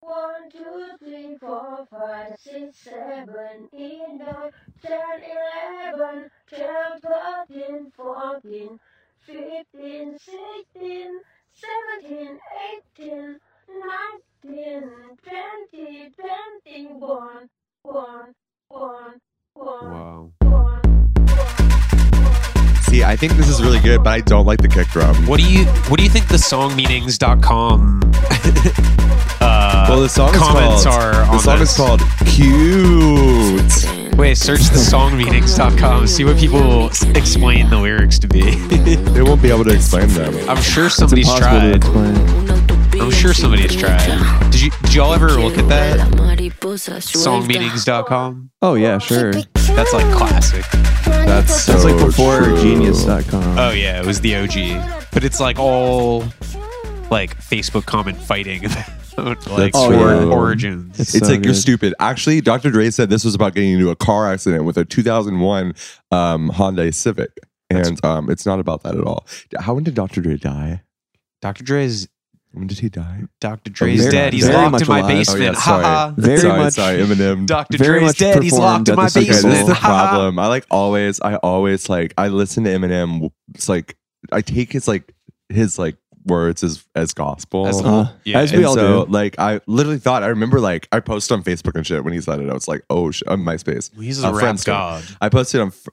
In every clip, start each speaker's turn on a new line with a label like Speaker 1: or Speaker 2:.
Speaker 1: One, two, three, four, five, six, seven, eight, nine, ten, eleven, twelve, thirteen, fourteen, fifteen, sixteen, seventeen, eighteen, nineteen, twenty, twenty-one, one, one, one,
Speaker 2: Wow.
Speaker 1: one, one.
Speaker 3: See, I think this is really good, but I don't like the kick drum.
Speaker 2: What do you What do you think the songmeanings.com uh,
Speaker 3: Well, the song is
Speaker 2: comments
Speaker 3: called.
Speaker 2: are on
Speaker 3: the song
Speaker 2: this?
Speaker 3: is called "Cute."
Speaker 2: Wait, search the songmeanings.com. See what people explain the lyrics to be.
Speaker 3: They won't be able to explain them.
Speaker 2: I'm sure somebody's
Speaker 4: Impossible to explain.
Speaker 2: tried. I'm sure somebody's tried. Did you Did y'all ever look at that songmeanings.com?
Speaker 4: Oh yeah, sure.
Speaker 2: That's like classic.
Speaker 3: That's so
Speaker 4: That's like before
Speaker 3: true.
Speaker 4: Genius.com.
Speaker 2: Oh yeah, it was the OG. But it's like all like Facebook comment fighting about like
Speaker 3: That's
Speaker 2: or-
Speaker 4: true.
Speaker 2: origins.
Speaker 4: It's-
Speaker 3: It's
Speaker 4: So
Speaker 3: like you're
Speaker 4: good.
Speaker 3: stupid. Actually, Dr. Dre said this was about getting into a car accident with a 2001 um, Hyundai Civic, and um, it's not about that at all. D- How when did Dr. Dre die?
Speaker 2: Dr. Dre's
Speaker 3: When did he die?
Speaker 2: Dr. Dre's
Speaker 4: very-
Speaker 2: dead. He's
Speaker 4: very
Speaker 2: locked
Speaker 4: much
Speaker 2: in my
Speaker 4: alive. Oh, yeah,
Speaker 2: basement.
Speaker 3: sorry.
Speaker 2: Ha ha.
Speaker 4: Very
Speaker 3: sorry,
Speaker 4: much.
Speaker 3: sorry, Eminem.
Speaker 2: Dr.
Speaker 4: Very
Speaker 2: Dre's
Speaker 4: much
Speaker 2: dead. He's
Speaker 4: performed
Speaker 2: locked in
Speaker 4: at
Speaker 2: my
Speaker 4: the
Speaker 3: Okay, this
Speaker 2: basement.
Speaker 3: is
Speaker 4: Circus.
Speaker 3: the
Speaker 2: Ha, ha.
Speaker 3: problem. I like always. I always like. I listen to Eminem. It's like I take his like his like words as as gospel.
Speaker 2: As-
Speaker 4: Uh,
Speaker 2: Yeah,
Speaker 4: As
Speaker 3: And
Speaker 4: we all
Speaker 3: so,
Speaker 4: do.
Speaker 3: like, I literally thought, I remember, like, I posted on Facebook and shit when he said it. I was like, oh, sh- on MySpace.
Speaker 2: He's
Speaker 3: Uh,
Speaker 2: a rap
Speaker 3: Friendster.
Speaker 2: god.
Speaker 3: I posted on, fr-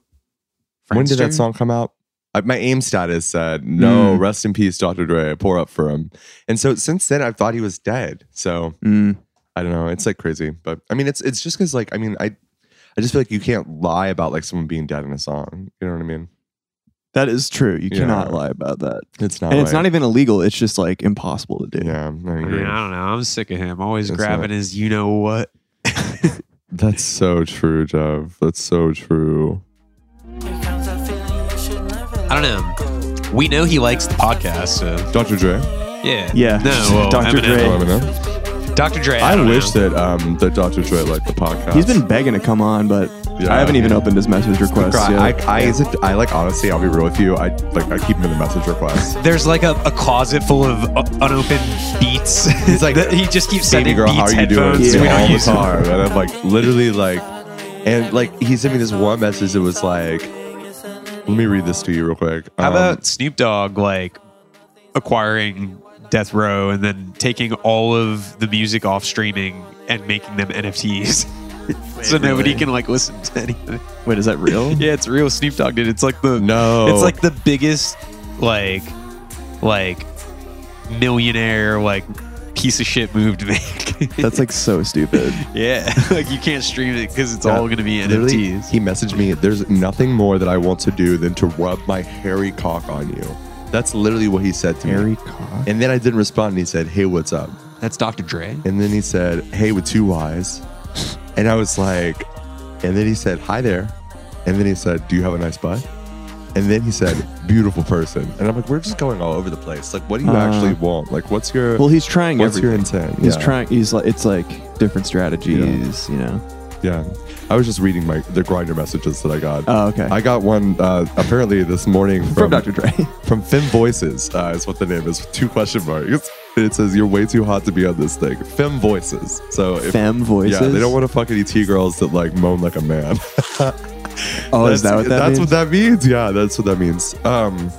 Speaker 3: when did
Speaker 2: Friendster?
Speaker 3: that song come out? I, my aim status said,
Speaker 4: Hmm.
Speaker 3: no, rest in peace, Dr. Dre, pour up for him. And so since then, I've thought he was dead. So
Speaker 4: Mm.
Speaker 3: I don't know. It's like crazy. But I mean, it's it's just because, like, I mean, I, I just feel like you can't lie about like someone being dead in a song. You know what I mean?
Speaker 4: That is true. You
Speaker 3: Yeah.
Speaker 4: cannot lie about that.
Speaker 3: It's not.
Speaker 4: and it's
Speaker 3: like-
Speaker 4: not e-, even illegal. It's just like impossible to do.
Speaker 3: Yeah, I
Speaker 2: I
Speaker 3: agree.
Speaker 2: mean, I don't know. I'm sick of him. Always
Speaker 3: That's
Speaker 2: grabbing
Speaker 3: right.
Speaker 2: his you know what.
Speaker 3: That's so true, Jeff. That's so true.
Speaker 2: I don't know. We know he likes the podcast, so
Speaker 3: Dr. Dre.
Speaker 2: yeah.
Speaker 4: Yeah.
Speaker 2: No, well,
Speaker 4: Dr.
Speaker 2: Eminem.
Speaker 4: Dre.
Speaker 3: Oh, Eminem.
Speaker 2: Dr. Dre. I,
Speaker 3: I,
Speaker 2: don't
Speaker 3: wish
Speaker 2: know.
Speaker 3: that um that Dr. Dre liked the podcast.
Speaker 4: He's been begging to come on, but
Speaker 3: Yeah.
Speaker 4: I haven't even opened his message request
Speaker 3: Cry-
Speaker 4: yet.
Speaker 3: I, I, is it, I like honestly, I'll be real with you. I like I keep him in the message request.
Speaker 2: There's like a, a closet full of uh, unopened beats.
Speaker 3: He's like,
Speaker 2: That he just keeps
Speaker 3: Baby
Speaker 2: sending
Speaker 3: girl,
Speaker 2: beats
Speaker 3: how are you doing?
Speaker 2: headphones.
Speaker 4: Yeah.
Speaker 2: We
Speaker 3: all
Speaker 2: don't
Speaker 3: the
Speaker 2: use them.
Speaker 3: time. And I'm like literally like, and like he sent me this one message that was like, let me read this to you real quick.
Speaker 2: How
Speaker 3: Um,
Speaker 2: about Snoop Dogg like acquiring Death Row and then taking all of the music off streaming and making them NFTs? so nobody can like listen to anything.
Speaker 4: Wait, is that real?
Speaker 2: Yeah, it's real. Snoop Dogg did. It's like the
Speaker 3: no?
Speaker 2: It's like the biggest like like millionaire like piece of shit move to make.
Speaker 4: That's like so stupid.
Speaker 2: yeah, like you can't stream it because it's
Speaker 3: Yeah.
Speaker 2: all gonna be
Speaker 3: Literally,
Speaker 2: NFTs.
Speaker 3: he messaged me. There's nothing more that I want to do than to rub my hairy cock on you. That's literally what he said to me.
Speaker 4: cock.
Speaker 3: And then I didn't respond. And he said, "Hey, what's up?"
Speaker 2: That's Dr. Dre.
Speaker 3: And then he said, Hey, with two Y's. And I was like, And then he said, Hi there. And then he said, Do you have a nice butt? And then he said, Beautiful person. And I'm like, We're just going all over the place. Like, what do you
Speaker 4: Uh,
Speaker 3: actually want? Like, what's your.
Speaker 4: Well, he's trying
Speaker 3: What's your
Speaker 4: everything.
Speaker 3: intent?
Speaker 4: He's
Speaker 3: yeah.
Speaker 4: trying. He's like it's like different strategies. You know.
Speaker 3: Yeah, I was just reading my the grinder messages that I got.
Speaker 4: Oh, okay.
Speaker 3: I got one uh, apparently this morning from,
Speaker 4: From Dr. Dre.
Speaker 3: from Fem Voices uh, is what the name is. Two question marks. And it says you're way too hot to be on this thing. Fem Voices. So if,
Speaker 4: Femme voices.
Speaker 3: Yeah, they don't want to fuck any T girls that like moan like a man.
Speaker 4: Oh, is that what that
Speaker 3: that's
Speaker 4: means?
Speaker 3: what that means. Yeah, that's what that means. Um,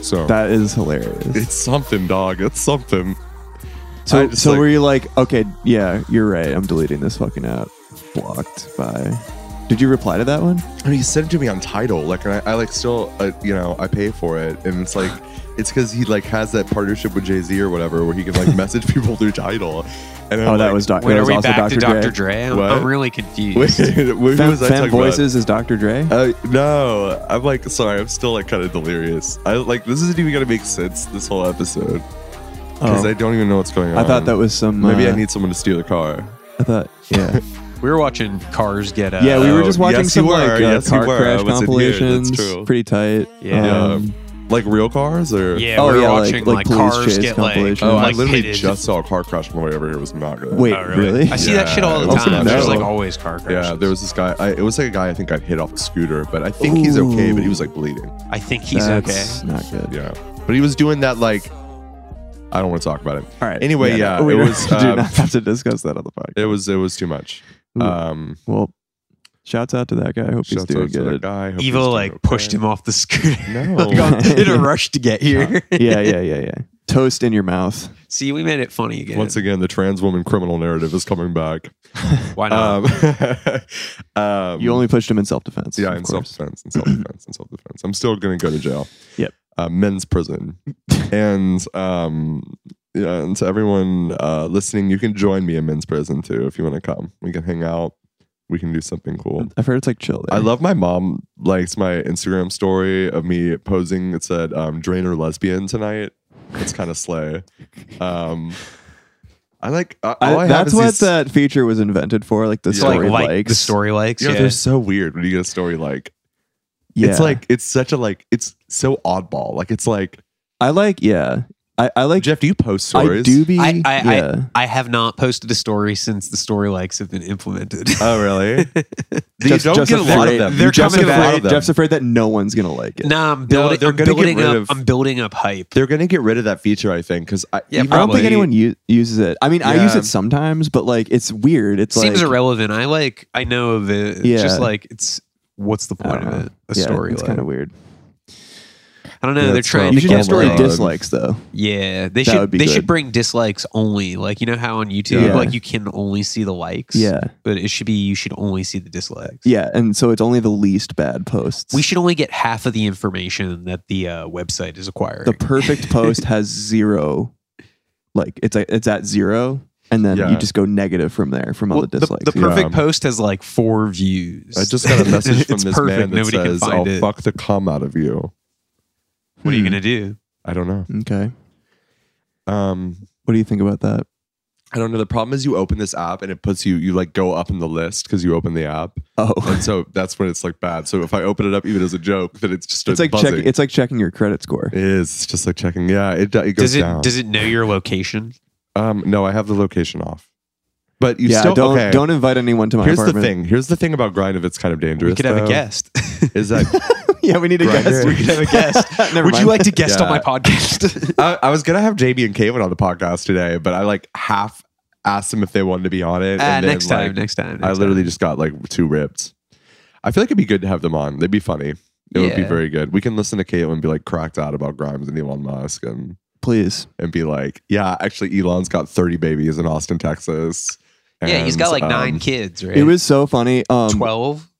Speaker 3: so
Speaker 4: that is hilarious.
Speaker 3: it's something, dog. It's something. I
Speaker 4: So,
Speaker 3: just,
Speaker 4: so
Speaker 3: like-
Speaker 4: were you like, okay, yeah, you're right. I'm deleting this fucking app. Blocked by. Did you reply to that one?
Speaker 3: I mean, he sent it to me on title. Like, and I, I like still, uh, you know, I pay for it, and it's like, it's because he like has that partnership with Jay Z or whatever, where he can like message people through title. And I'm
Speaker 4: Oh, that
Speaker 3: like,
Speaker 4: was, doc-
Speaker 2: When
Speaker 4: that
Speaker 2: are
Speaker 4: was
Speaker 2: we
Speaker 4: also
Speaker 2: back
Speaker 4: Dr.
Speaker 2: to Dr. Dre?
Speaker 4: Dre.
Speaker 2: I'm,
Speaker 3: What?
Speaker 2: I'm really confused.
Speaker 3: Wait, what
Speaker 4: Fem,
Speaker 3: was I
Speaker 4: Femme
Speaker 3: talking about?
Speaker 4: voices is Dr. Dre.
Speaker 3: Uh, no, I'm like, sorry, I'm still like kind of delirious. I like this isn't even gonna make sense this whole episode because
Speaker 4: Oh.
Speaker 3: I don't even know what's going on.
Speaker 4: I thought that was some.
Speaker 3: Maybe
Speaker 4: uh,
Speaker 3: I need someone to steal the car.
Speaker 4: I thought. Yeah.
Speaker 2: We were watching Cars get uh,
Speaker 4: yeah, we were
Speaker 3: Oh,
Speaker 4: just watching
Speaker 3: yes,
Speaker 4: some
Speaker 3: you were.
Speaker 4: like uh,
Speaker 3: Yes, you
Speaker 4: car
Speaker 3: were. I
Speaker 4: crash
Speaker 3: was in here. That's
Speaker 4: compilations.
Speaker 3: true.
Speaker 4: Pretty tight.
Speaker 2: Yeah.
Speaker 4: Um,
Speaker 3: Like real cars or
Speaker 2: Yeah,
Speaker 4: Oh,
Speaker 2: we were
Speaker 4: yeah, like-
Speaker 2: watching
Speaker 4: like
Speaker 2: like,
Speaker 4: police
Speaker 2: Cars
Speaker 4: chase
Speaker 2: get like,
Speaker 4: compilation.
Speaker 3: Oh,
Speaker 2: like
Speaker 3: I literally
Speaker 2: pitted.
Speaker 3: just saw a car crash on my way over here. It was not good.
Speaker 4: Wait,
Speaker 2: Oh,
Speaker 4: really?
Speaker 2: I see that shit all the
Speaker 3: Yeah,
Speaker 2: time. There's
Speaker 4: no.
Speaker 2: like always car crashes.
Speaker 3: Yeah, there was this guy. I, it was like a guy I think got hit off a scooter, but I think he's okay. But he was like bleeding.
Speaker 2: I think he's
Speaker 4: that's
Speaker 2: okay.
Speaker 4: Not good.
Speaker 3: Yeah, but he was doing that like. I don't want to talk about it.
Speaker 4: All right.
Speaker 3: Anyway, yeah,
Speaker 4: we
Speaker 3: it
Speaker 4: don't-
Speaker 3: was,
Speaker 4: we do
Speaker 3: uh,
Speaker 4: not have to discuss that on the podcast.
Speaker 3: It was it was too much.
Speaker 4: Ooh.
Speaker 3: Um,
Speaker 4: Well, shouts out to that guy. I hope he's
Speaker 3: shouts
Speaker 4: doing
Speaker 3: out to that
Speaker 4: good.
Speaker 3: guy. Hope he's
Speaker 2: Evil
Speaker 3: doing
Speaker 2: like
Speaker 3: okay.
Speaker 2: pushed him off the scooter.
Speaker 3: No,
Speaker 2: in a rush to get here.
Speaker 4: yeah, yeah, yeah, yeah. Toast in your mouth.
Speaker 2: See, we made it funny again.
Speaker 3: once again, the trans woman criminal narrative is coming back.
Speaker 2: Why not?
Speaker 3: Um, um,
Speaker 4: You only pushed him in self defense.
Speaker 3: yeah, in self defense, in self defense, in self defense. I'm still gonna go to jail.
Speaker 4: Yep.
Speaker 3: Uh, men's prison, and um, yeah, and to everyone uh, listening, you can join me in men's prison too if you want to come. We can hang out. We can do something cool.
Speaker 4: I've heard it's like chill. There.
Speaker 3: I love my mom likes my Instagram story of me posing that said um, "drain or lesbian tonight." It's kind of slay. Um, I like. I, all I,
Speaker 4: I,
Speaker 3: have
Speaker 4: that's
Speaker 3: is
Speaker 4: what
Speaker 3: these-
Speaker 4: that feature was invented for, like the
Speaker 3: Yeah.
Speaker 2: So, like,
Speaker 4: story
Speaker 2: like
Speaker 4: likes.
Speaker 2: the story likes.
Speaker 3: Yeah,
Speaker 2: Yeah,
Speaker 3: they're so weird when you get a story like.
Speaker 4: Yeah.
Speaker 3: It's like it's such a like it's so oddball. Like it's like
Speaker 4: I like. Yeah, I, I like.
Speaker 3: Jeff, do you post stories?
Speaker 4: I do be.
Speaker 2: I, I, I-
Speaker 4: yeah.
Speaker 2: I, have not posted a story since the story likes have been implemented.
Speaker 3: Oh really? you
Speaker 4: Jeff's-
Speaker 3: don't
Speaker 4: Jeff's
Speaker 3: get a lot of
Speaker 4: afraid-
Speaker 3: them.
Speaker 2: They're
Speaker 3: You just
Speaker 2: coming
Speaker 3: get a lot
Speaker 2: back.
Speaker 3: of them.
Speaker 4: Jeff's afraid that no one's gonna like it.
Speaker 2: nah, I'm
Speaker 3: No,
Speaker 2: building.
Speaker 3: they're
Speaker 2: I'm
Speaker 3: gonna get
Speaker 2: building
Speaker 3: rid
Speaker 2: up.
Speaker 3: of-
Speaker 2: I'm building up hype.
Speaker 3: They're gonna get rid of that feature, I think, because I,
Speaker 2: Yeah,
Speaker 3: even-
Speaker 4: I don't think
Speaker 2: Probably.
Speaker 4: anyone u- uses it. I mean, I use
Speaker 3: Yeah.
Speaker 4: it sometimes, but like it's weird. It's
Speaker 2: Seems
Speaker 4: like
Speaker 2: irrelevant. I like. I know of it. It's
Speaker 4: Yeah.
Speaker 2: Just like it's. What's the
Speaker 4: I
Speaker 2: point
Speaker 4: don't
Speaker 2: of
Speaker 3: Uh,
Speaker 4: know.
Speaker 2: it? A
Speaker 4: yeah,
Speaker 2: story.
Speaker 4: It's
Speaker 2: like.
Speaker 4: kind of weird.
Speaker 2: I don't know.
Speaker 3: Yeah,
Speaker 2: they're
Speaker 3: it's rough.
Speaker 2: trying
Speaker 4: You
Speaker 2: to
Speaker 4: should
Speaker 2: get
Speaker 4: have story
Speaker 2: like-
Speaker 3: down.
Speaker 4: dislikes though.
Speaker 2: Yeah, they
Speaker 4: That
Speaker 2: should.
Speaker 4: would be
Speaker 2: They
Speaker 4: good.
Speaker 2: should bring dislikes only. Like you know how on YouTube,
Speaker 4: Yeah.
Speaker 2: like you can only see the likes.
Speaker 4: Yeah,
Speaker 2: but it should be you should only see the dislikes.
Speaker 4: yeah, and so it's only the least bad posts.
Speaker 2: We should only get half of the information that the uh, website is acquiring.
Speaker 4: the perfect post has zero like it's like it's at zero and then
Speaker 3: Yeah.
Speaker 4: you just go negative from there from all
Speaker 2: Well,
Speaker 4: the dislikes
Speaker 2: the
Speaker 4: yeah.
Speaker 2: perfect
Speaker 3: Yeah.
Speaker 2: post has like four views.
Speaker 3: I just got a message from
Speaker 2: It's
Speaker 3: this
Speaker 2: perfect.
Speaker 3: man that
Speaker 2: Nobody
Speaker 3: says,
Speaker 2: can
Speaker 3: "I'll
Speaker 2: find it.
Speaker 3: fuck the cum out of you."
Speaker 2: What are you gonna do?
Speaker 3: I don't know.
Speaker 4: okay
Speaker 3: Um,
Speaker 4: what do you think about that
Speaker 3: I don't know. The problem is you open this app and it puts you you like go up in the list because you open the app,
Speaker 4: oh
Speaker 3: and so that's when it's like bad. So if I open it up even as a joke, then it's just
Speaker 4: it's like
Speaker 3: buzzing.
Speaker 4: check, it's like checking your credit score
Speaker 3: it is it's just like checking. Yeah, it, do- it goes
Speaker 2: Does it
Speaker 3: down.
Speaker 2: does it know your location?
Speaker 3: um, no, I have the location off, but you
Speaker 4: yeah
Speaker 3: still
Speaker 4: don't
Speaker 3: okay.
Speaker 4: don't invite anyone to my
Speaker 3: Here's the
Speaker 4: apartment
Speaker 3: thing. Here's the thing about grind. If it's kind of dangerous,
Speaker 2: We could have a
Speaker 3: though,
Speaker 2: guest.
Speaker 3: Is that
Speaker 4: yeah we need a
Speaker 3: Grindr.
Speaker 4: guest
Speaker 3: We
Speaker 2: could have a guest.
Speaker 4: Never
Speaker 2: Would you
Speaker 4: mind.
Speaker 2: like to guest on
Speaker 3: Yeah.
Speaker 2: my podcast?
Speaker 3: I, I was gonna have JB and Kevin on the podcast today, but I like half asked them if they wanted to be on it.
Speaker 2: Ah,
Speaker 3: and then,
Speaker 2: next time.
Speaker 3: like,
Speaker 2: next time.
Speaker 3: I
Speaker 2: next
Speaker 3: literally just got like two ripped. I feel like it'd be good to have them on. They'd be funny. It would be
Speaker 2: Yeah.
Speaker 3: very good. We can listen to Caitlin be like cracked out about Grimes and Elon Musk and
Speaker 4: please
Speaker 3: and be like, yeah, actually Elon's got 30 babies in Austin, Texas.
Speaker 2: time. yeah, he's
Speaker 3: And,
Speaker 2: got like nine
Speaker 3: um,
Speaker 2: kids, right?
Speaker 4: it was so funny um
Speaker 2: twelve.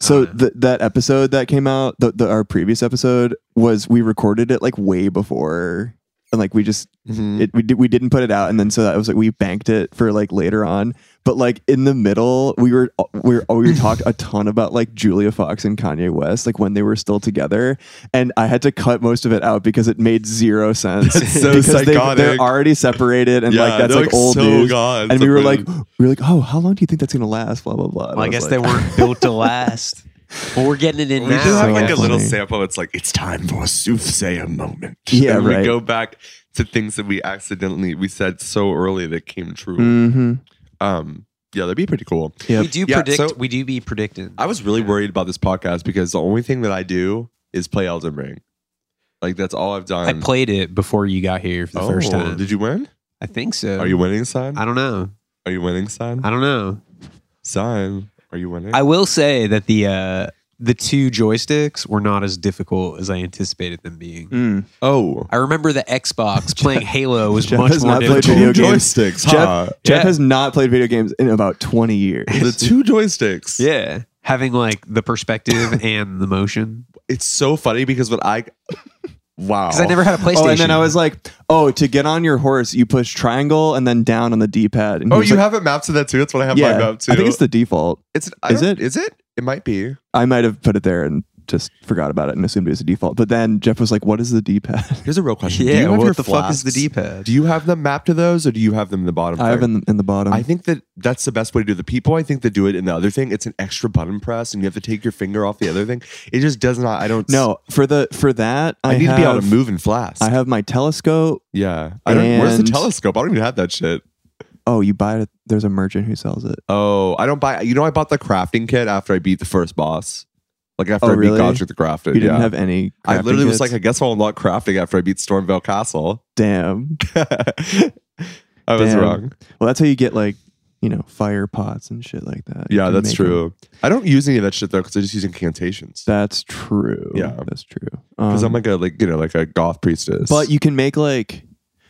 Speaker 4: so
Speaker 2: Uh,
Speaker 4: th- that episode that came out the, the our previous episode was we recorded it like way before and like we just
Speaker 3: mhm.
Speaker 4: it, we, did, we didn't put it out and then so that was like we banked it for like later on but like in the middle we were uh, we were, we were talked a ton about like julia fox and kanye west like when they were still together and i had to cut most of it out because it made zero sense
Speaker 3: That's so
Speaker 4: because they- they're
Speaker 3: psychotic.
Speaker 4: already separated and like
Speaker 3: Yeah,
Speaker 4: that's
Speaker 3: they're,
Speaker 4: like, old
Speaker 3: so
Speaker 4: news
Speaker 3: gone.
Speaker 4: and we were like
Speaker 3: Something-
Speaker 4: we were like oh how long do you think that's gonna last blah blah blah And
Speaker 2: Well, I
Speaker 4: was
Speaker 2: guess
Speaker 4: like,
Speaker 2: they weren't built to last. Well, we're getting it in
Speaker 3: we
Speaker 2: now.
Speaker 3: do have
Speaker 4: So
Speaker 3: like a little
Speaker 4: funny.
Speaker 3: sample. It's like it's time for a soothsayer moment.
Speaker 4: Yeah,
Speaker 3: and
Speaker 4: right.
Speaker 3: We go back to things that we accidentally we said so early that came true.
Speaker 2: Mm.
Speaker 4: Mhm.
Speaker 3: Um, yeah, that'd be pretty cool.
Speaker 4: Yep.
Speaker 2: We do
Speaker 3: Yeah,
Speaker 2: predict.
Speaker 3: so-
Speaker 2: we do be predicting.
Speaker 3: I was really worried about this podcast because the only thing that I do is play Elden Ring. Like that's all I've done.
Speaker 2: I played it before you got here for the first
Speaker 3: Oh,
Speaker 2: time.
Speaker 3: Did you win?
Speaker 2: I think so.
Speaker 3: Are you winning, son?
Speaker 2: I don't know.
Speaker 3: Are you winning, son?
Speaker 2: I don't know.
Speaker 3: Son, are you winning?
Speaker 2: I will say that the uh, the two joysticks were not as difficult as I anticipated them being.
Speaker 4: Mm.
Speaker 3: oh,
Speaker 2: I remember the Xbox playing Halo was
Speaker 4: Jeff
Speaker 2: much
Speaker 4: has
Speaker 2: more
Speaker 4: not played
Speaker 2: difficult.
Speaker 4: video
Speaker 3: two
Speaker 4: games.
Speaker 3: joysticks,
Speaker 4: Jeff-
Speaker 3: huh?
Speaker 4: jeff
Speaker 2: Yeah.
Speaker 4: has not played video games in about 20 years
Speaker 3: The two joysticks.
Speaker 2: Yeah, having like the perspective and the motion
Speaker 3: It's so funny because when I, wow,
Speaker 2: because I never had a PlayStation.
Speaker 4: Oh, and then I was like, oh, to get on your horse, you push triangle and then down on the D pad.
Speaker 3: Oh, you have it mapped to that too. That's what I have
Speaker 4: yeah,
Speaker 3: my map too.
Speaker 4: I think it's the default.
Speaker 3: It's I
Speaker 4: Is
Speaker 3: don't-
Speaker 4: it?
Speaker 3: Is it? It might be.
Speaker 4: I might have put it there and just forgot about it and assumed it was a default. But then Jeff was like, what is the D pad?
Speaker 3: Here's a real question.
Speaker 2: yeah, what the fuck
Speaker 3: flasks?
Speaker 2: is the D pad?
Speaker 3: Do you have them mapped to those, or do you have them in the bottom?
Speaker 4: I have in, in the bottom.
Speaker 3: I think that that's the best way to do it. The people I think that do it in the other thing, it's an extra button press, and you have to take your finger off the other thing. It just does not. I don't.
Speaker 4: no, for the for that, I,
Speaker 3: I, need
Speaker 4: have,
Speaker 3: to be able to move and flask.
Speaker 4: I have my telescope.
Speaker 3: yeah. I don't. where's the
Speaker 4: And-
Speaker 3: telescope? I don't even have that shit.
Speaker 4: Oh, you buy it. There's a merchant who sells it.
Speaker 3: Oh, I don't buy. You know, I bought the crafting kit after I beat the first boss. Like after
Speaker 4: Oh,
Speaker 3: I beat
Speaker 4: really?
Speaker 3: Godric the Grafted.
Speaker 4: You didn't
Speaker 3: yeah.
Speaker 4: have any.
Speaker 3: I
Speaker 4: crafting
Speaker 3: literally was
Speaker 4: kits?
Speaker 3: like, I guess I'll unlock crafting after I beat Stormvale Castle.
Speaker 4: damn.
Speaker 3: I was
Speaker 4: Damn.
Speaker 3: wrong.
Speaker 4: Well, that's how you get like, you know, fire pots and shit like that. You
Speaker 3: Yeah,
Speaker 4: can
Speaker 3: that's
Speaker 4: make 'em.
Speaker 3: true. I don't use any of that shit though, because I just use incantations.
Speaker 4: That's true.
Speaker 3: Yeah.
Speaker 4: that's true.
Speaker 3: Because I'm
Speaker 4: Um,
Speaker 3: like a like you know like a goth priestess.
Speaker 4: but you can make like,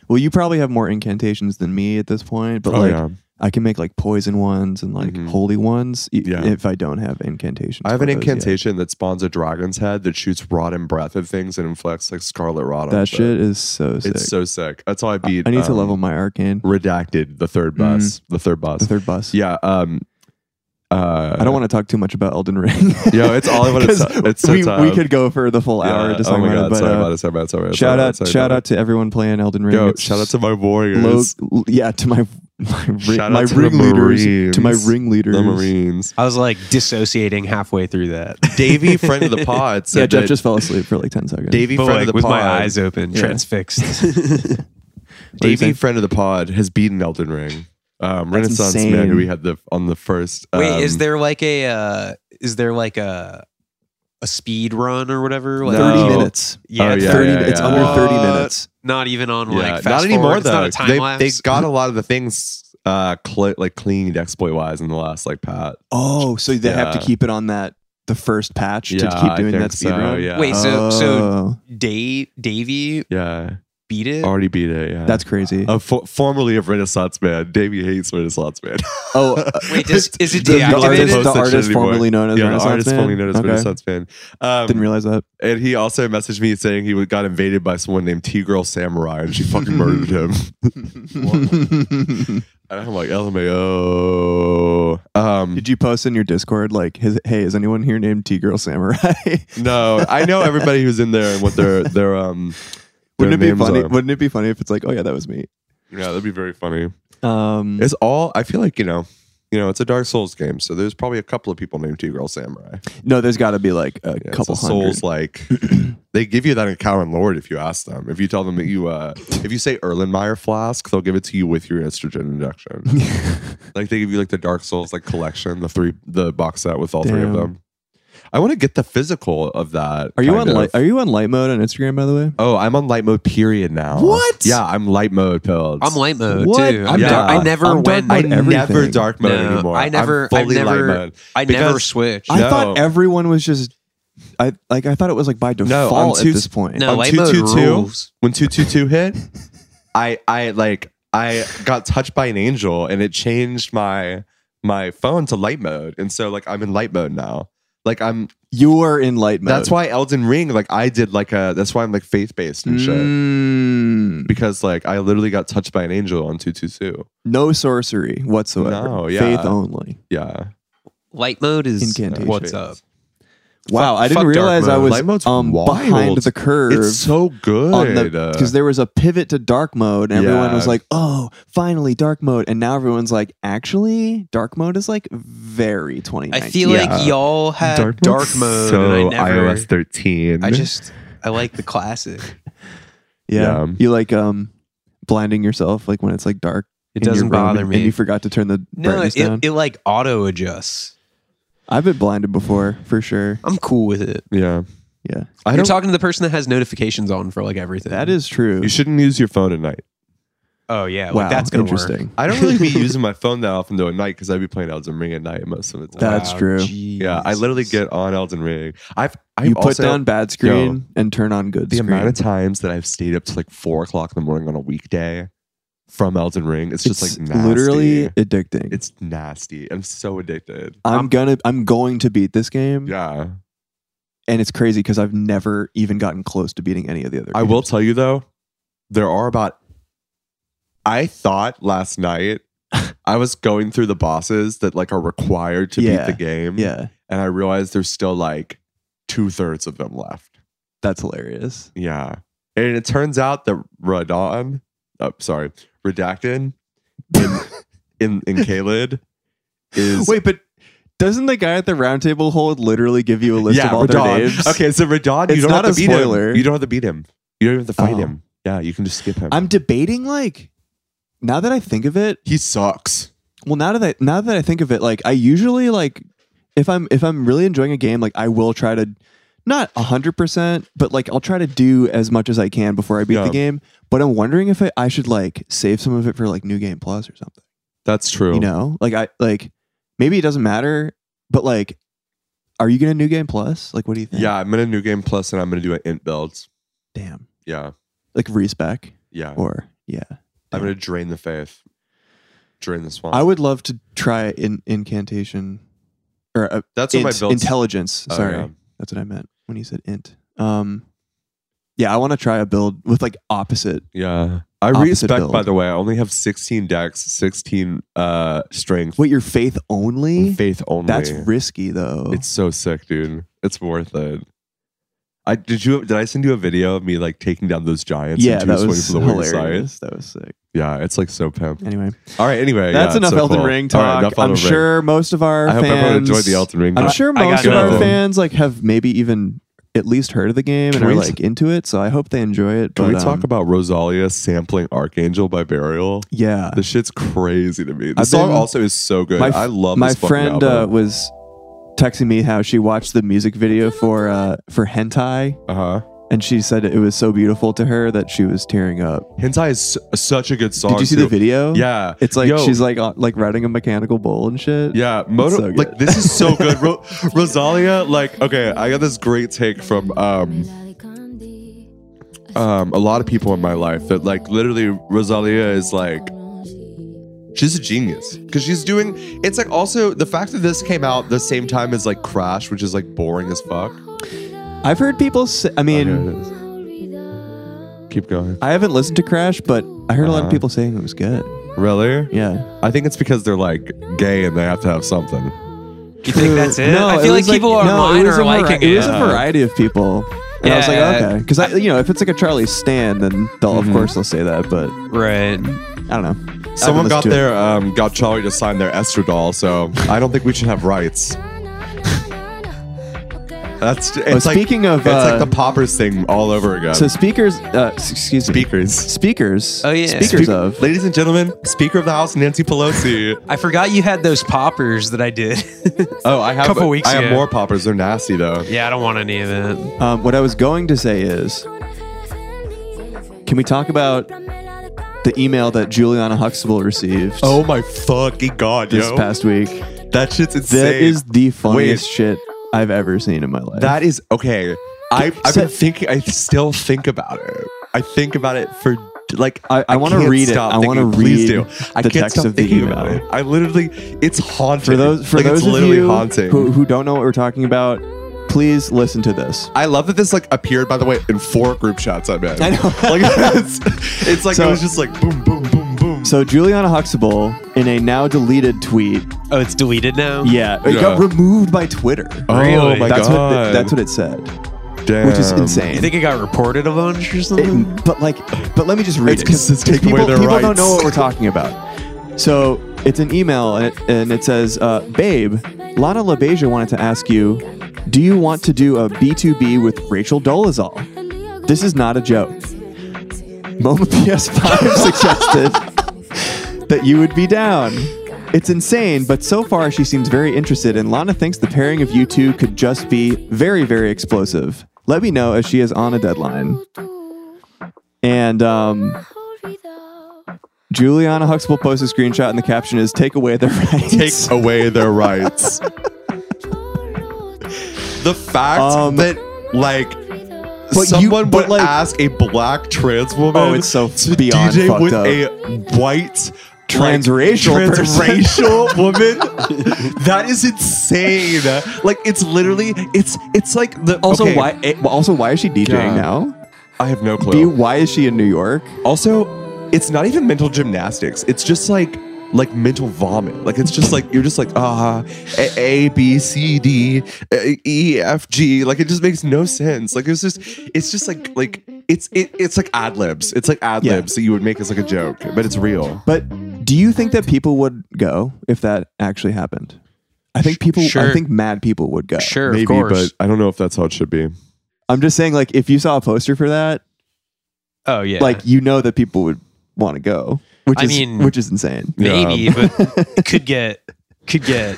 Speaker 4: well, you probably have more incantations than me at this point. But
Speaker 3: oh,
Speaker 4: like,
Speaker 3: yeah.
Speaker 4: I can make like poison ones and like
Speaker 3: Mhm.
Speaker 4: holy ones. y-
Speaker 3: Yeah.
Speaker 4: if I don't have incantations,
Speaker 3: I have
Speaker 4: for
Speaker 3: an
Speaker 4: those yet.
Speaker 3: incantation that spawns a dragon's head that shoots rotten breath at things and inflicts like scarlet rot. on
Speaker 4: That shit is so sick.
Speaker 3: It's so sick. That's how I beat.
Speaker 4: I need to
Speaker 3: um,
Speaker 4: level my arcane.
Speaker 3: Redacted the third boss. The third boss.
Speaker 4: The third boss.
Speaker 3: Yeah. Um. Uh.
Speaker 4: I don't want to talk too much about Elden Ring.
Speaker 3: Yo, it's all I wanna
Speaker 4: 'Cause
Speaker 3: ta- it's so
Speaker 4: we, we
Speaker 3: tough.
Speaker 4: could go for the full hour
Speaker 3: Yeah,
Speaker 4: just
Speaker 3: oh
Speaker 4: talking
Speaker 3: my
Speaker 4: about
Speaker 3: god!
Speaker 4: it. But
Speaker 3: sorry
Speaker 4: uh,
Speaker 3: about it. Sorry about it. Sorry about it.
Speaker 4: shout
Speaker 3: sorry
Speaker 4: out,
Speaker 3: about it, sorry
Speaker 4: shout
Speaker 3: about
Speaker 4: out to everyone playing Elden Ring.
Speaker 3: it. Yo,
Speaker 4: It's
Speaker 3: shout out to my
Speaker 4: low,
Speaker 3: warriors,
Speaker 4: yeah, to my my ring,
Speaker 3: Shout out
Speaker 4: my
Speaker 3: to the
Speaker 4: ringleaders, to my
Speaker 3: Marines.
Speaker 4: ringleaders.
Speaker 3: the Marines.
Speaker 2: I was like dissociating halfway through that.
Speaker 3: Davey, friend of the pod, said
Speaker 4: Yeah, Jeff
Speaker 3: that
Speaker 4: just fell asleep for like ten seconds.
Speaker 3: Davey,
Speaker 2: but
Speaker 3: friend of
Speaker 2: like
Speaker 3: the
Speaker 2: with
Speaker 3: pod,
Speaker 2: my eyes open,
Speaker 4: Yeah.
Speaker 2: transfixed.
Speaker 4: What do
Speaker 3: Davey,
Speaker 4: you think?
Speaker 3: friend of the pod, has beaten Elden Ring. Um,
Speaker 4: That's
Speaker 3: Renaissance
Speaker 4: insane.
Speaker 3: man, who we had the on the first. Um,
Speaker 2: Wait, is there like a uh, is there like a a speed run or whatever? Like,
Speaker 4: thirty
Speaker 3: No.
Speaker 4: minutes.
Speaker 2: Yeah,
Speaker 3: Oh, yeah,
Speaker 4: thirty.
Speaker 3: yeah,
Speaker 4: It's
Speaker 3: yeah.
Speaker 4: under thirty
Speaker 2: What?
Speaker 4: minutes.
Speaker 2: Not even on
Speaker 3: Yeah,
Speaker 2: like fast
Speaker 3: not anymore
Speaker 2: forward. It's
Speaker 3: though.
Speaker 2: not a time
Speaker 3: they,
Speaker 2: lapse.
Speaker 3: they got a lot of the things uh, cle like cleaned exploit wise in the last like pat.
Speaker 4: Oh, so they have to
Speaker 3: Yeah.
Speaker 4: keep it on that the first patch to
Speaker 3: Yeah,
Speaker 4: keep
Speaker 3: I
Speaker 4: doing
Speaker 3: think
Speaker 4: that speed
Speaker 3: so,
Speaker 4: run.
Speaker 3: yeah.
Speaker 2: Wait, so- so-
Speaker 4: Oh,
Speaker 2: Dave Davey
Speaker 3: Yeah,
Speaker 2: beat it.
Speaker 3: already beat it. Yeah,
Speaker 4: that's crazy.
Speaker 3: Uh, for- formerly of Renaissance Man, Davey hates Renaissance Man.
Speaker 4: Oh,
Speaker 2: Wait, does, is it
Speaker 3: The- the
Speaker 4: the
Speaker 3: didn't
Speaker 4: artist,
Speaker 2: deactivated?
Speaker 3: post
Speaker 4: the
Speaker 3: that shit
Speaker 4: artist
Speaker 3: anymore.
Speaker 4: formerly known as
Speaker 3: yeah,
Speaker 4: Renaissance
Speaker 3: artist
Speaker 4: Man?
Speaker 3: formerly known as
Speaker 4: Okay.
Speaker 3: Renaissance Man. Um,
Speaker 4: Didn't realize that.
Speaker 3: and he also messaged me saying he got invaded by someone named T Girl Samurai and she fucking murdered him. And I'm like, LMAO. Um,
Speaker 4: Did you post in your Discord like, his, "Hey, is anyone here named T Girl Samurai?"
Speaker 3: no, I know everybody who's in there and what their their um. their
Speaker 4: wouldn't it be
Speaker 3: names
Speaker 4: funny?
Speaker 3: are.
Speaker 4: Wouldn't it be funny if it's like, "Oh yeah, that was me."
Speaker 3: Yeah, that'd be very funny.
Speaker 4: Um,
Speaker 3: It's all. I feel like you know, you know, it's a Dark Souls game, so there's probably a couple of people named T Girl Samurai.
Speaker 4: no, there's got to be like a
Speaker 3: Yeah,
Speaker 4: couple
Speaker 3: so
Speaker 4: hundred.
Speaker 3: Souls like they give you that in Cow and Lord if you ask them. If you tell them that you uh if you say Erlenmeyer flask, they'll give it to you with your estrogen injection. like they give you like the Dark Souls like collection, the three the box set with all three of
Speaker 4: Damn.
Speaker 3: them. I want to get the physical of that.
Speaker 4: Are you on
Speaker 3: kind
Speaker 4: light?
Speaker 3: of.
Speaker 4: Are you on light mode on Instagram? By the way,
Speaker 3: Oh, I'm on light mode period now.
Speaker 4: What?
Speaker 3: Yeah, I'm light mode pills.
Speaker 2: I'm light mode
Speaker 4: What?
Speaker 2: too. I'm
Speaker 3: Yeah.
Speaker 2: dark- I never
Speaker 4: I'm dark
Speaker 2: went.
Speaker 4: mode
Speaker 2: I,
Speaker 3: I
Speaker 4: every-
Speaker 3: never
Speaker 4: everything.
Speaker 3: dark mode
Speaker 2: No,
Speaker 3: anymore.
Speaker 2: I never-
Speaker 3: I'm
Speaker 2: I
Speaker 3: fully
Speaker 2: never-
Speaker 3: light mode.
Speaker 2: never
Speaker 3: because-
Speaker 2: switched.
Speaker 4: I thought
Speaker 3: No.
Speaker 4: everyone was just, I like I thought it was like by default
Speaker 3: too
Speaker 4: at this
Speaker 3: s-
Speaker 4: point.
Speaker 2: no,
Speaker 3: on
Speaker 2: light mode
Speaker 3: 222?
Speaker 2: rules.
Speaker 3: when 222 hit, I I like I got touched by an angel and it changed my my phone to light mode. And so like I'm in light mode now. Like I'm
Speaker 4: You were in light mode.
Speaker 3: that's why Elden Ring like I did like a that's why I'm like faith based and shit.
Speaker 4: Mm,
Speaker 3: Because like I literally got touched by an angel on 222.
Speaker 4: no sorcery whatsoever.
Speaker 3: No, yeah.
Speaker 4: Faith only.
Speaker 3: Yeah.
Speaker 2: Light mode is uh,
Speaker 4: Incantation.
Speaker 2: what's up.
Speaker 4: Wow, I didn't
Speaker 3: fuck dark
Speaker 4: realize I
Speaker 3: mode.
Speaker 4: was
Speaker 3: Light mode's
Speaker 4: um,
Speaker 3: wild.
Speaker 4: behind the curve.
Speaker 3: It's so good.
Speaker 4: on the because there was a pivot to dark mode and everyone
Speaker 3: Yeah.
Speaker 4: was like oh finally dark mode and now everyone's like actually dark mode is like very 2019
Speaker 2: I feel
Speaker 3: Yeah.
Speaker 2: like y'all had dark, mode.
Speaker 3: So
Speaker 2: and I never,
Speaker 3: iOS 13.
Speaker 2: I just I like the classic.
Speaker 4: yeah.
Speaker 3: yeah.
Speaker 4: you like um blinding yourself like when it's like dark
Speaker 2: It
Speaker 4: in your
Speaker 2: doesn't
Speaker 4: room
Speaker 2: bother
Speaker 4: and-
Speaker 2: me.
Speaker 4: and you forgot to turn the
Speaker 2: no,
Speaker 4: brightness
Speaker 2: it,
Speaker 4: down
Speaker 2: it like auto adjusts.
Speaker 4: i've been blinded before for sure
Speaker 2: I'm cool with it.
Speaker 3: yeah.
Speaker 4: yeah
Speaker 3: I
Speaker 2: You're
Speaker 3: don't
Speaker 2: talking to the person that has notifications on for like everything.
Speaker 4: that is true
Speaker 3: you shouldn't use your phone at night.
Speaker 2: Oh yeah,
Speaker 4: wow
Speaker 2: like that's gonna work.
Speaker 4: interesting
Speaker 3: I don't really be using my phone that often though at night because I be playing Elden Ring at night most of the time.
Speaker 4: That's true.
Speaker 3: yeah, I literally get on Elden Ring. I've I've
Speaker 4: you put
Speaker 3: also-
Speaker 4: down bad screen and turn on good
Speaker 3: the
Speaker 4: screen
Speaker 3: amount of times that I've stayed up to like four o'clock in the morning on a weekday from Elden Ring. It's, just
Speaker 4: It's
Speaker 3: like nasty.
Speaker 4: literally addicting
Speaker 3: it's nasty. I'm so addicted.
Speaker 4: i'm gonna i'm going to beat this game
Speaker 3: Yeah,
Speaker 4: and it's crazy because I've never even gotten close to beating any of the other.
Speaker 3: I
Speaker 4: games.
Speaker 3: will tell you though, there are about. I thought last night I was going through the bosses that like are required to
Speaker 4: Yeah.
Speaker 3: beat the game.
Speaker 4: Yeah,
Speaker 3: and I realized there's still like two thirds of them left.
Speaker 4: that's hilarious.
Speaker 3: Yeah. And it turns out that Radon, oh, sorry, Redacted in, in Kaled is.
Speaker 4: Wait, but doesn't the guy at the round table hold literally give you a list
Speaker 3: yeah,
Speaker 4: of all
Speaker 3: Radon.
Speaker 4: their names?
Speaker 3: Okay, so Radon,
Speaker 4: It's
Speaker 3: you don't
Speaker 4: not
Speaker 3: have
Speaker 4: a
Speaker 3: to beat
Speaker 4: spoiler.
Speaker 3: him. You don't have to beat him. You don't have to fight
Speaker 4: Oh.
Speaker 3: him. Yeah, you can just skip him.
Speaker 4: I'm debating like now that I think of it.
Speaker 3: he sucks.
Speaker 4: Well, now that I, now that I think of it, like I usually like if I'm if I'm really enjoying a game, like I will try to not hundred percent, but like I'll try to do as much as I can before I beat
Speaker 3: Yeah.
Speaker 4: the game. But I'm wondering if I, I should like save some of it for like New Game Plus or something.
Speaker 3: That's true.
Speaker 4: You know, like I like maybe it doesn't matter, but like, are you gonna New Game Plus? Like, what do you think?
Speaker 3: yeah, I'm gonna new game plus, and I'm gonna do an int build.
Speaker 4: damn,
Speaker 3: Yeah,
Speaker 4: like respec
Speaker 3: yeah.
Speaker 4: or yeah.
Speaker 3: I'm gonna drain the faith, drain the swamp.
Speaker 4: I would love to try in incantation or uh,
Speaker 3: That's what my
Speaker 4: int-
Speaker 3: build.
Speaker 4: intelligence.
Speaker 3: Oh,
Speaker 4: Sorry,
Speaker 3: yeah.
Speaker 4: that's what I meant when you said int. Um, yeah, I want to try a build with like opposite.
Speaker 3: yeah, I
Speaker 4: Opposite
Speaker 3: respect.
Speaker 4: build.
Speaker 3: By the way, I only have 16 decks, 16 uh strength,
Speaker 4: Wait, your faith only?
Speaker 3: faith only.
Speaker 4: That's risky though.
Speaker 3: It's so sick, dude. It's worth it. I did you did I send you a video of me like taking down those giants?
Speaker 4: yeah,
Speaker 3: and two
Speaker 4: that
Speaker 3: swing
Speaker 4: was
Speaker 3: for the weird side?
Speaker 4: hilarious. That was sick.
Speaker 3: Yeah, it's like so pimp.
Speaker 4: Anyway,
Speaker 3: All right, anyway,
Speaker 4: that's
Speaker 3: yeah,
Speaker 4: enough
Speaker 3: so
Speaker 4: Elden
Speaker 3: cool.
Speaker 4: Ring
Speaker 3: All
Speaker 4: talk.
Speaker 3: right, enough
Speaker 4: I'm
Speaker 3: Elden Ring.
Speaker 4: sure most of our
Speaker 3: I hope
Speaker 4: fans.
Speaker 3: everyone enjoyed the Elden Ring.
Speaker 4: I'm
Speaker 3: talk.
Speaker 4: sure
Speaker 2: I got
Speaker 4: most of
Speaker 3: nothing.
Speaker 4: our fans like have maybe even at least heard of the game and
Speaker 3: Can
Speaker 4: are
Speaker 3: we-
Speaker 4: like into it. So I hope they enjoy it.
Speaker 3: Can
Speaker 4: but,
Speaker 3: we talk
Speaker 4: um,
Speaker 3: about Rosalia sampling Archangel by Burial?
Speaker 4: Yeah,
Speaker 3: This shit's crazy to me. The
Speaker 4: I've
Speaker 3: song
Speaker 4: been-
Speaker 3: also is so good.
Speaker 4: my f-
Speaker 3: I love
Speaker 4: my
Speaker 3: this fucking
Speaker 4: friend uh,
Speaker 3: album.
Speaker 4: was texting me how she watched the music video for uh, for hentai
Speaker 3: Uh huh.
Speaker 4: and she said it was so beautiful to her that she was tearing up
Speaker 3: Hentai is s- such a good song.
Speaker 4: did you see
Speaker 3: too.
Speaker 4: the video
Speaker 3: Oh, Yeah,
Speaker 4: it's like
Speaker 3: Yo,
Speaker 4: she's like on, like riding a mechanical bull and shit
Speaker 3: Yeah, Moto,
Speaker 4: so good.
Speaker 3: like this is so good. Ro- Rosalia, like, okay, I got this great take from um um a lot of people in my life that like literally Rosalia is like she's a genius because she's doing it's like also the fact that this came out the same time as like Crash, which is like boring as fuck.
Speaker 4: i've heard people say, i mean
Speaker 3: Keep going.
Speaker 4: i haven't listened to crash but i heard a lot
Speaker 3: Uh-huh.
Speaker 4: of people saying it was good
Speaker 3: Really?
Speaker 4: yeah
Speaker 3: I think it's because they're like gay and they have to have something.
Speaker 2: You think that's it?
Speaker 4: No,
Speaker 2: I feel like
Speaker 4: was
Speaker 2: people
Speaker 4: no,
Speaker 2: online
Speaker 4: it was
Speaker 2: are
Speaker 4: a vari-
Speaker 2: liking
Speaker 4: it
Speaker 2: it.
Speaker 4: was a variety of people and i was like
Speaker 2: Yeah.
Speaker 4: okay because i you know if it's like a charlie stan then they'll
Speaker 3: Mm-hmm.
Speaker 4: of course they'll say that but
Speaker 2: right.
Speaker 4: i don't know I haven't
Speaker 3: Someone
Speaker 4: listened
Speaker 3: got
Speaker 4: to it.
Speaker 3: their um, got Charlie to sign their estradiol, so I don't think we should have rights. That's it's like
Speaker 4: Oh, speaking of,
Speaker 3: it's like
Speaker 4: uh,
Speaker 3: the poppers thing all over again.
Speaker 4: So speakers, uh, s- excuse me,
Speaker 3: speakers,
Speaker 4: speakers.
Speaker 2: Oh, yeah.
Speaker 4: speakers
Speaker 2: Speak-
Speaker 4: of.
Speaker 3: ladies and gentlemen, Speaker of the House Nancy Pelosi.
Speaker 2: I forgot you had those poppers that I did.
Speaker 3: oh, I have
Speaker 2: Couple weeks
Speaker 3: I have
Speaker 2: ago.
Speaker 3: more poppers. They're nasty though.
Speaker 2: yeah, I don't want any of it.
Speaker 4: Um, what I was going to say is, can we talk about the email that Juliana Huxtable received
Speaker 3: Oh my fucking god,
Speaker 4: this
Speaker 3: yo!
Speaker 4: past week?
Speaker 3: that shit's insane.
Speaker 4: That is the funniest
Speaker 3: Wait.
Speaker 4: shit I've ever seen in my life.
Speaker 3: That is okay. I I've been
Speaker 4: So-
Speaker 3: thinking. I still think about it. I think about it for like
Speaker 4: I- I wanna
Speaker 3: can't
Speaker 4: read it.
Speaker 3: stop
Speaker 4: I wanna
Speaker 3: thinking. Please
Speaker 4: read
Speaker 3: do. I
Speaker 4: the
Speaker 3: can't
Speaker 4: text
Speaker 3: stop
Speaker 4: of the
Speaker 3: thinking
Speaker 4: email.
Speaker 3: about it. I literally, it's haunting.
Speaker 4: for those for
Speaker 3: like,
Speaker 4: those
Speaker 3: it's
Speaker 4: of
Speaker 3: literally
Speaker 4: you
Speaker 3: haunting.
Speaker 4: who, who don't know what we're talking about, please listen to this.
Speaker 3: I love that this like appeared by the way in four group shots I'm in.
Speaker 4: I know.
Speaker 3: like it's, it's like
Speaker 4: So-
Speaker 3: it was just like boom, boom, boom, boom.
Speaker 4: So Juliana Huxtable, in a now deleted tweet,
Speaker 2: Oh, it's deleted now.
Speaker 4: yeah, it
Speaker 3: Yeah.
Speaker 4: got removed by Twitter.
Speaker 3: oh
Speaker 2: really?
Speaker 3: my
Speaker 4: that's
Speaker 3: god,
Speaker 4: what that's what it said,
Speaker 3: Damn.
Speaker 4: which is insane.
Speaker 2: You think it got reported a bunch or something?
Speaker 4: It- but like, but let me just read
Speaker 3: It's
Speaker 4: it
Speaker 3: 'cause it's taking
Speaker 4: people,
Speaker 3: away their
Speaker 4: people don't
Speaker 3: rights.
Speaker 4: know what we're talking about. So it's an email and it, and it says, uh, "Babe, Lana LaBeija wanted to ask you, do you want to do a B2B with Rachel Dolezal? This is not a joke. MoMA PS5 suggested that you would be down." It's insane, but so far she seems very interested, and Lana thinks the pairing of you two could just be very, very explosive. Let me know as she is on a deadline. And um, Juliana Huxtable posts a screenshot, and the caption is "Take away their rights."
Speaker 3: take away their rights. the fact
Speaker 4: Um,
Speaker 3: that like
Speaker 4: you-
Speaker 3: someone would
Speaker 4: but, like-
Speaker 3: ask a black trans woman
Speaker 4: Oh, it's so
Speaker 3: to
Speaker 4: beyond
Speaker 3: DJ
Speaker 4: fucked
Speaker 3: with
Speaker 4: up.
Speaker 3: a white
Speaker 4: Transracial
Speaker 3: like,
Speaker 4: person.
Speaker 3: transracial woman that is insane like it's literally it's it's like the
Speaker 4: Also,
Speaker 3: okay,
Speaker 4: why? eh, well, Also, why is she DJing
Speaker 3: Yeah.
Speaker 4: now?
Speaker 3: i have no clue
Speaker 4: B, why is she in New York?
Speaker 3: Also, it's not even mental gymnastics. It's just like like mental vomit. Like it's just like you're just like ah a, a b c d uh, e f g. Like it just makes no sense. Like it's just it's just like like it's it, it's like ad libs. It's like ad
Speaker 4: Yeah.
Speaker 3: libs that you would make as like a joke, but it's real.
Speaker 4: But do you think that people would go if that actually happened? I think people. I
Speaker 2: sure.
Speaker 4: think mad people would go.
Speaker 2: Sure, of course.
Speaker 3: I don't know if that's how it should be.
Speaker 4: I'm just saying, like, if you saw a poster for that,
Speaker 2: oh yeah.
Speaker 4: like, you know that people would want to go, which
Speaker 2: I
Speaker 4: is
Speaker 2: mean-
Speaker 4: which is insane.
Speaker 2: maybe,
Speaker 3: Yeah.
Speaker 2: but could get could get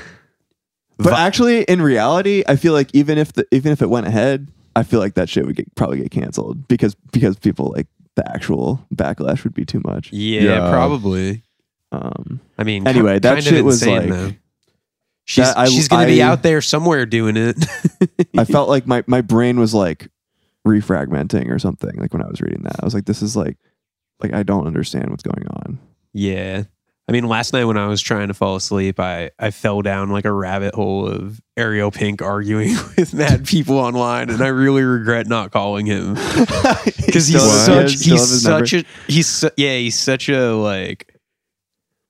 Speaker 4: But
Speaker 2: Vi-
Speaker 4: actually, in reality, I feel like even if the even if it went ahead, I feel like that shit would get probably get canceled because because people like the actual backlash would be too much.
Speaker 2: yeah,
Speaker 3: Yeah.
Speaker 2: probably.
Speaker 4: Um,
Speaker 2: I mean,
Speaker 4: Anyway,
Speaker 2: ki-
Speaker 4: that
Speaker 2: kind of
Speaker 4: shit was
Speaker 2: insane,
Speaker 4: like-
Speaker 2: though. She's
Speaker 4: That- I-
Speaker 2: she's gonna be
Speaker 4: I-
Speaker 2: out there somewhere doing it.
Speaker 4: I felt like my my brain was like refragmenting or something. Like when I was reading that, I was like, this is like like I don't understand what's going on.
Speaker 2: Yeah. I mean, last night when I was trying to fall asleep, I, I fell down like a rabbit hole of Ariel Pink arguing with mad people online, and I really regret not calling him because he's
Speaker 3: Still have-
Speaker 2: such
Speaker 4: yeah, still have
Speaker 2: he's
Speaker 4: his number.
Speaker 2: such a he's su- yeah he's such a like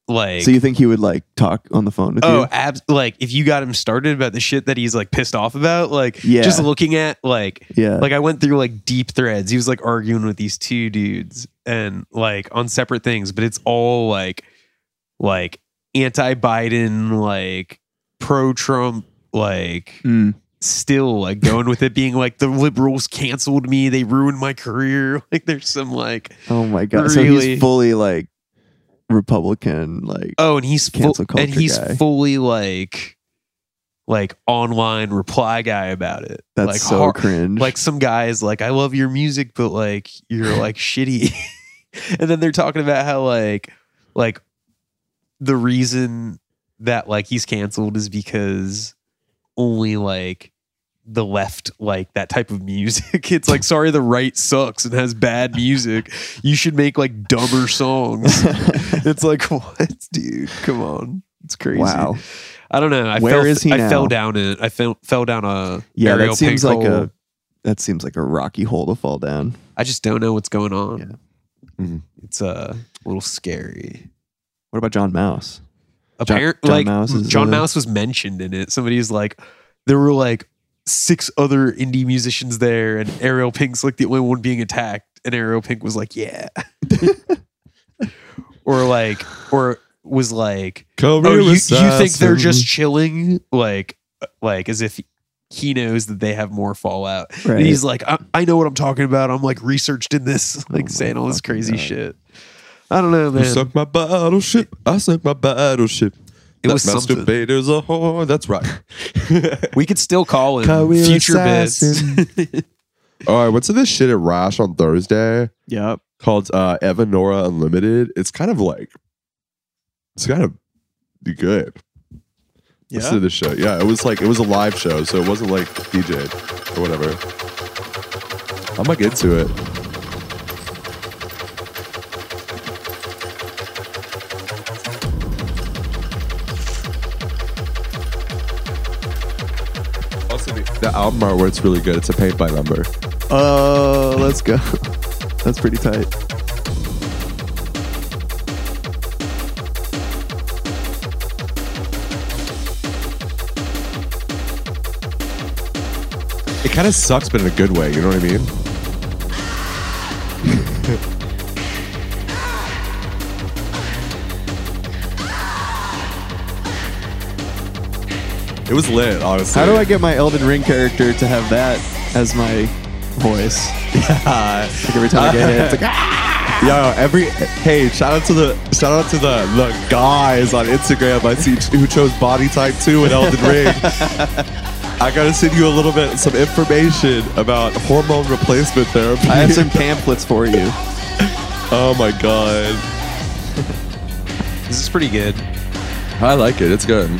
Speaker 2: like
Speaker 4: So you think he would like talk on the phone with
Speaker 2: oh
Speaker 4: you?
Speaker 2: abs- like if you got him started about the shit that he's like pissed off about like
Speaker 4: Yeah.
Speaker 2: just looking at like
Speaker 4: Yeah.
Speaker 2: like I went through like deep threads. He was like arguing with these two dudes and like on separate things, but it's all like like anti Biden, like pro Trump, like
Speaker 4: Mm.
Speaker 2: still like going with it being like the liberals canceled me, they ruined my career. Like there's some like
Speaker 4: Oh my god. So
Speaker 2: Really?
Speaker 4: he's fully like Republican, like
Speaker 2: oh, and he's full,
Speaker 4: Cancel culture
Speaker 2: and he's
Speaker 4: guy.
Speaker 2: fully like like online reply guy about it.
Speaker 4: that's
Speaker 2: like
Speaker 4: so
Speaker 2: har-
Speaker 4: cringe.
Speaker 2: like some guys like i love your music but like you're like shitty and then they're talking about how like like the reason that like he's canceled is because only like the left like that type of music it's like sorry the right sucks and has bad music you should make like dumber songs it's like what dude come on it's crazy
Speaker 4: wow.
Speaker 2: i don't know i
Speaker 4: Where
Speaker 2: fell
Speaker 4: is he
Speaker 2: i fell
Speaker 4: now?
Speaker 2: down it i fell fell down a
Speaker 4: Yeah,
Speaker 2: Ariel
Speaker 4: that seems
Speaker 2: Pink
Speaker 4: like
Speaker 2: hole.
Speaker 4: a that seems like a rocky hole to fall down.
Speaker 2: I just don't know what's going on.
Speaker 4: Mm-hmm.
Speaker 3: Mhm.
Speaker 2: It's uh, a little scary.
Speaker 4: What about John Mouse?
Speaker 2: Apparent,
Speaker 4: John
Speaker 2: like
Speaker 4: Mouse is
Speaker 2: John
Speaker 4: the-
Speaker 2: Mouse was mentioned in it. Somebody was like, there were like six other indie musicians there, and Ariel Pink's like the only one being attacked, and Ariel Pink was like, yeah, or like, or was like,
Speaker 3: Come
Speaker 2: oh,
Speaker 3: real
Speaker 2: you, you
Speaker 3: assassin.
Speaker 2: think they're just chilling, like, like as if. He knows that they have more fallout. And
Speaker 4: Right.
Speaker 2: he's like, I, I know what I'm talking about. I'm like researched in
Speaker 3: Oh
Speaker 2: this, like
Speaker 4: my
Speaker 2: saying all this
Speaker 4: fucking
Speaker 2: crazy
Speaker 4: God.
Speaker 2: shit. I don't know,
Speaker 3: You
Speaker 2: man.
Speaker 3: suck my battleship. I suck my battleship.
Speaker 2: It
Speaker 3: That
Speaker 2: was something.
Speaker 3: masturbator's a whore. That's right.
Speaker 2: We could still call him
Speaker 4: Career
Speaker 2: future
Speaker 4: assassin.
Speaker 2: bits.
Speaker 3: All right, what's in this shit at Rash on Thursday
Speaker 4: Yep.
Speaker 3: called uh, Evan Nora Unlimited? It's kind of like, it's kind of good. Listen to this show. Yeah, it was like it was a live show, so it wasn't like DJ or whatever. I'm like into it. Also, the, the album artwork's really good. It's a paint by number.
Speaker 4: Oh, let's go. That's pretty tight.
Speaker 3: It kind of sucks, but in a good way. You know what I mean? it was lit, honestly.
Speaker 4: How do I get my Elden Ring character to have that as my voice? Like every time I get hit, it's like "Ah!"
Speaker 3: Yo, every hey, shout out to the shout out to the the guys on Instagram I see who chose body type two in Elden Ring. I gotta send you a little bit some information about hormone replacement therapy.
Speaker 4: I have some pamphlets for you.
Speaker 3: oh my god.
Speaker 2: this is pretty good.
Speaker 3: I like it. It's good.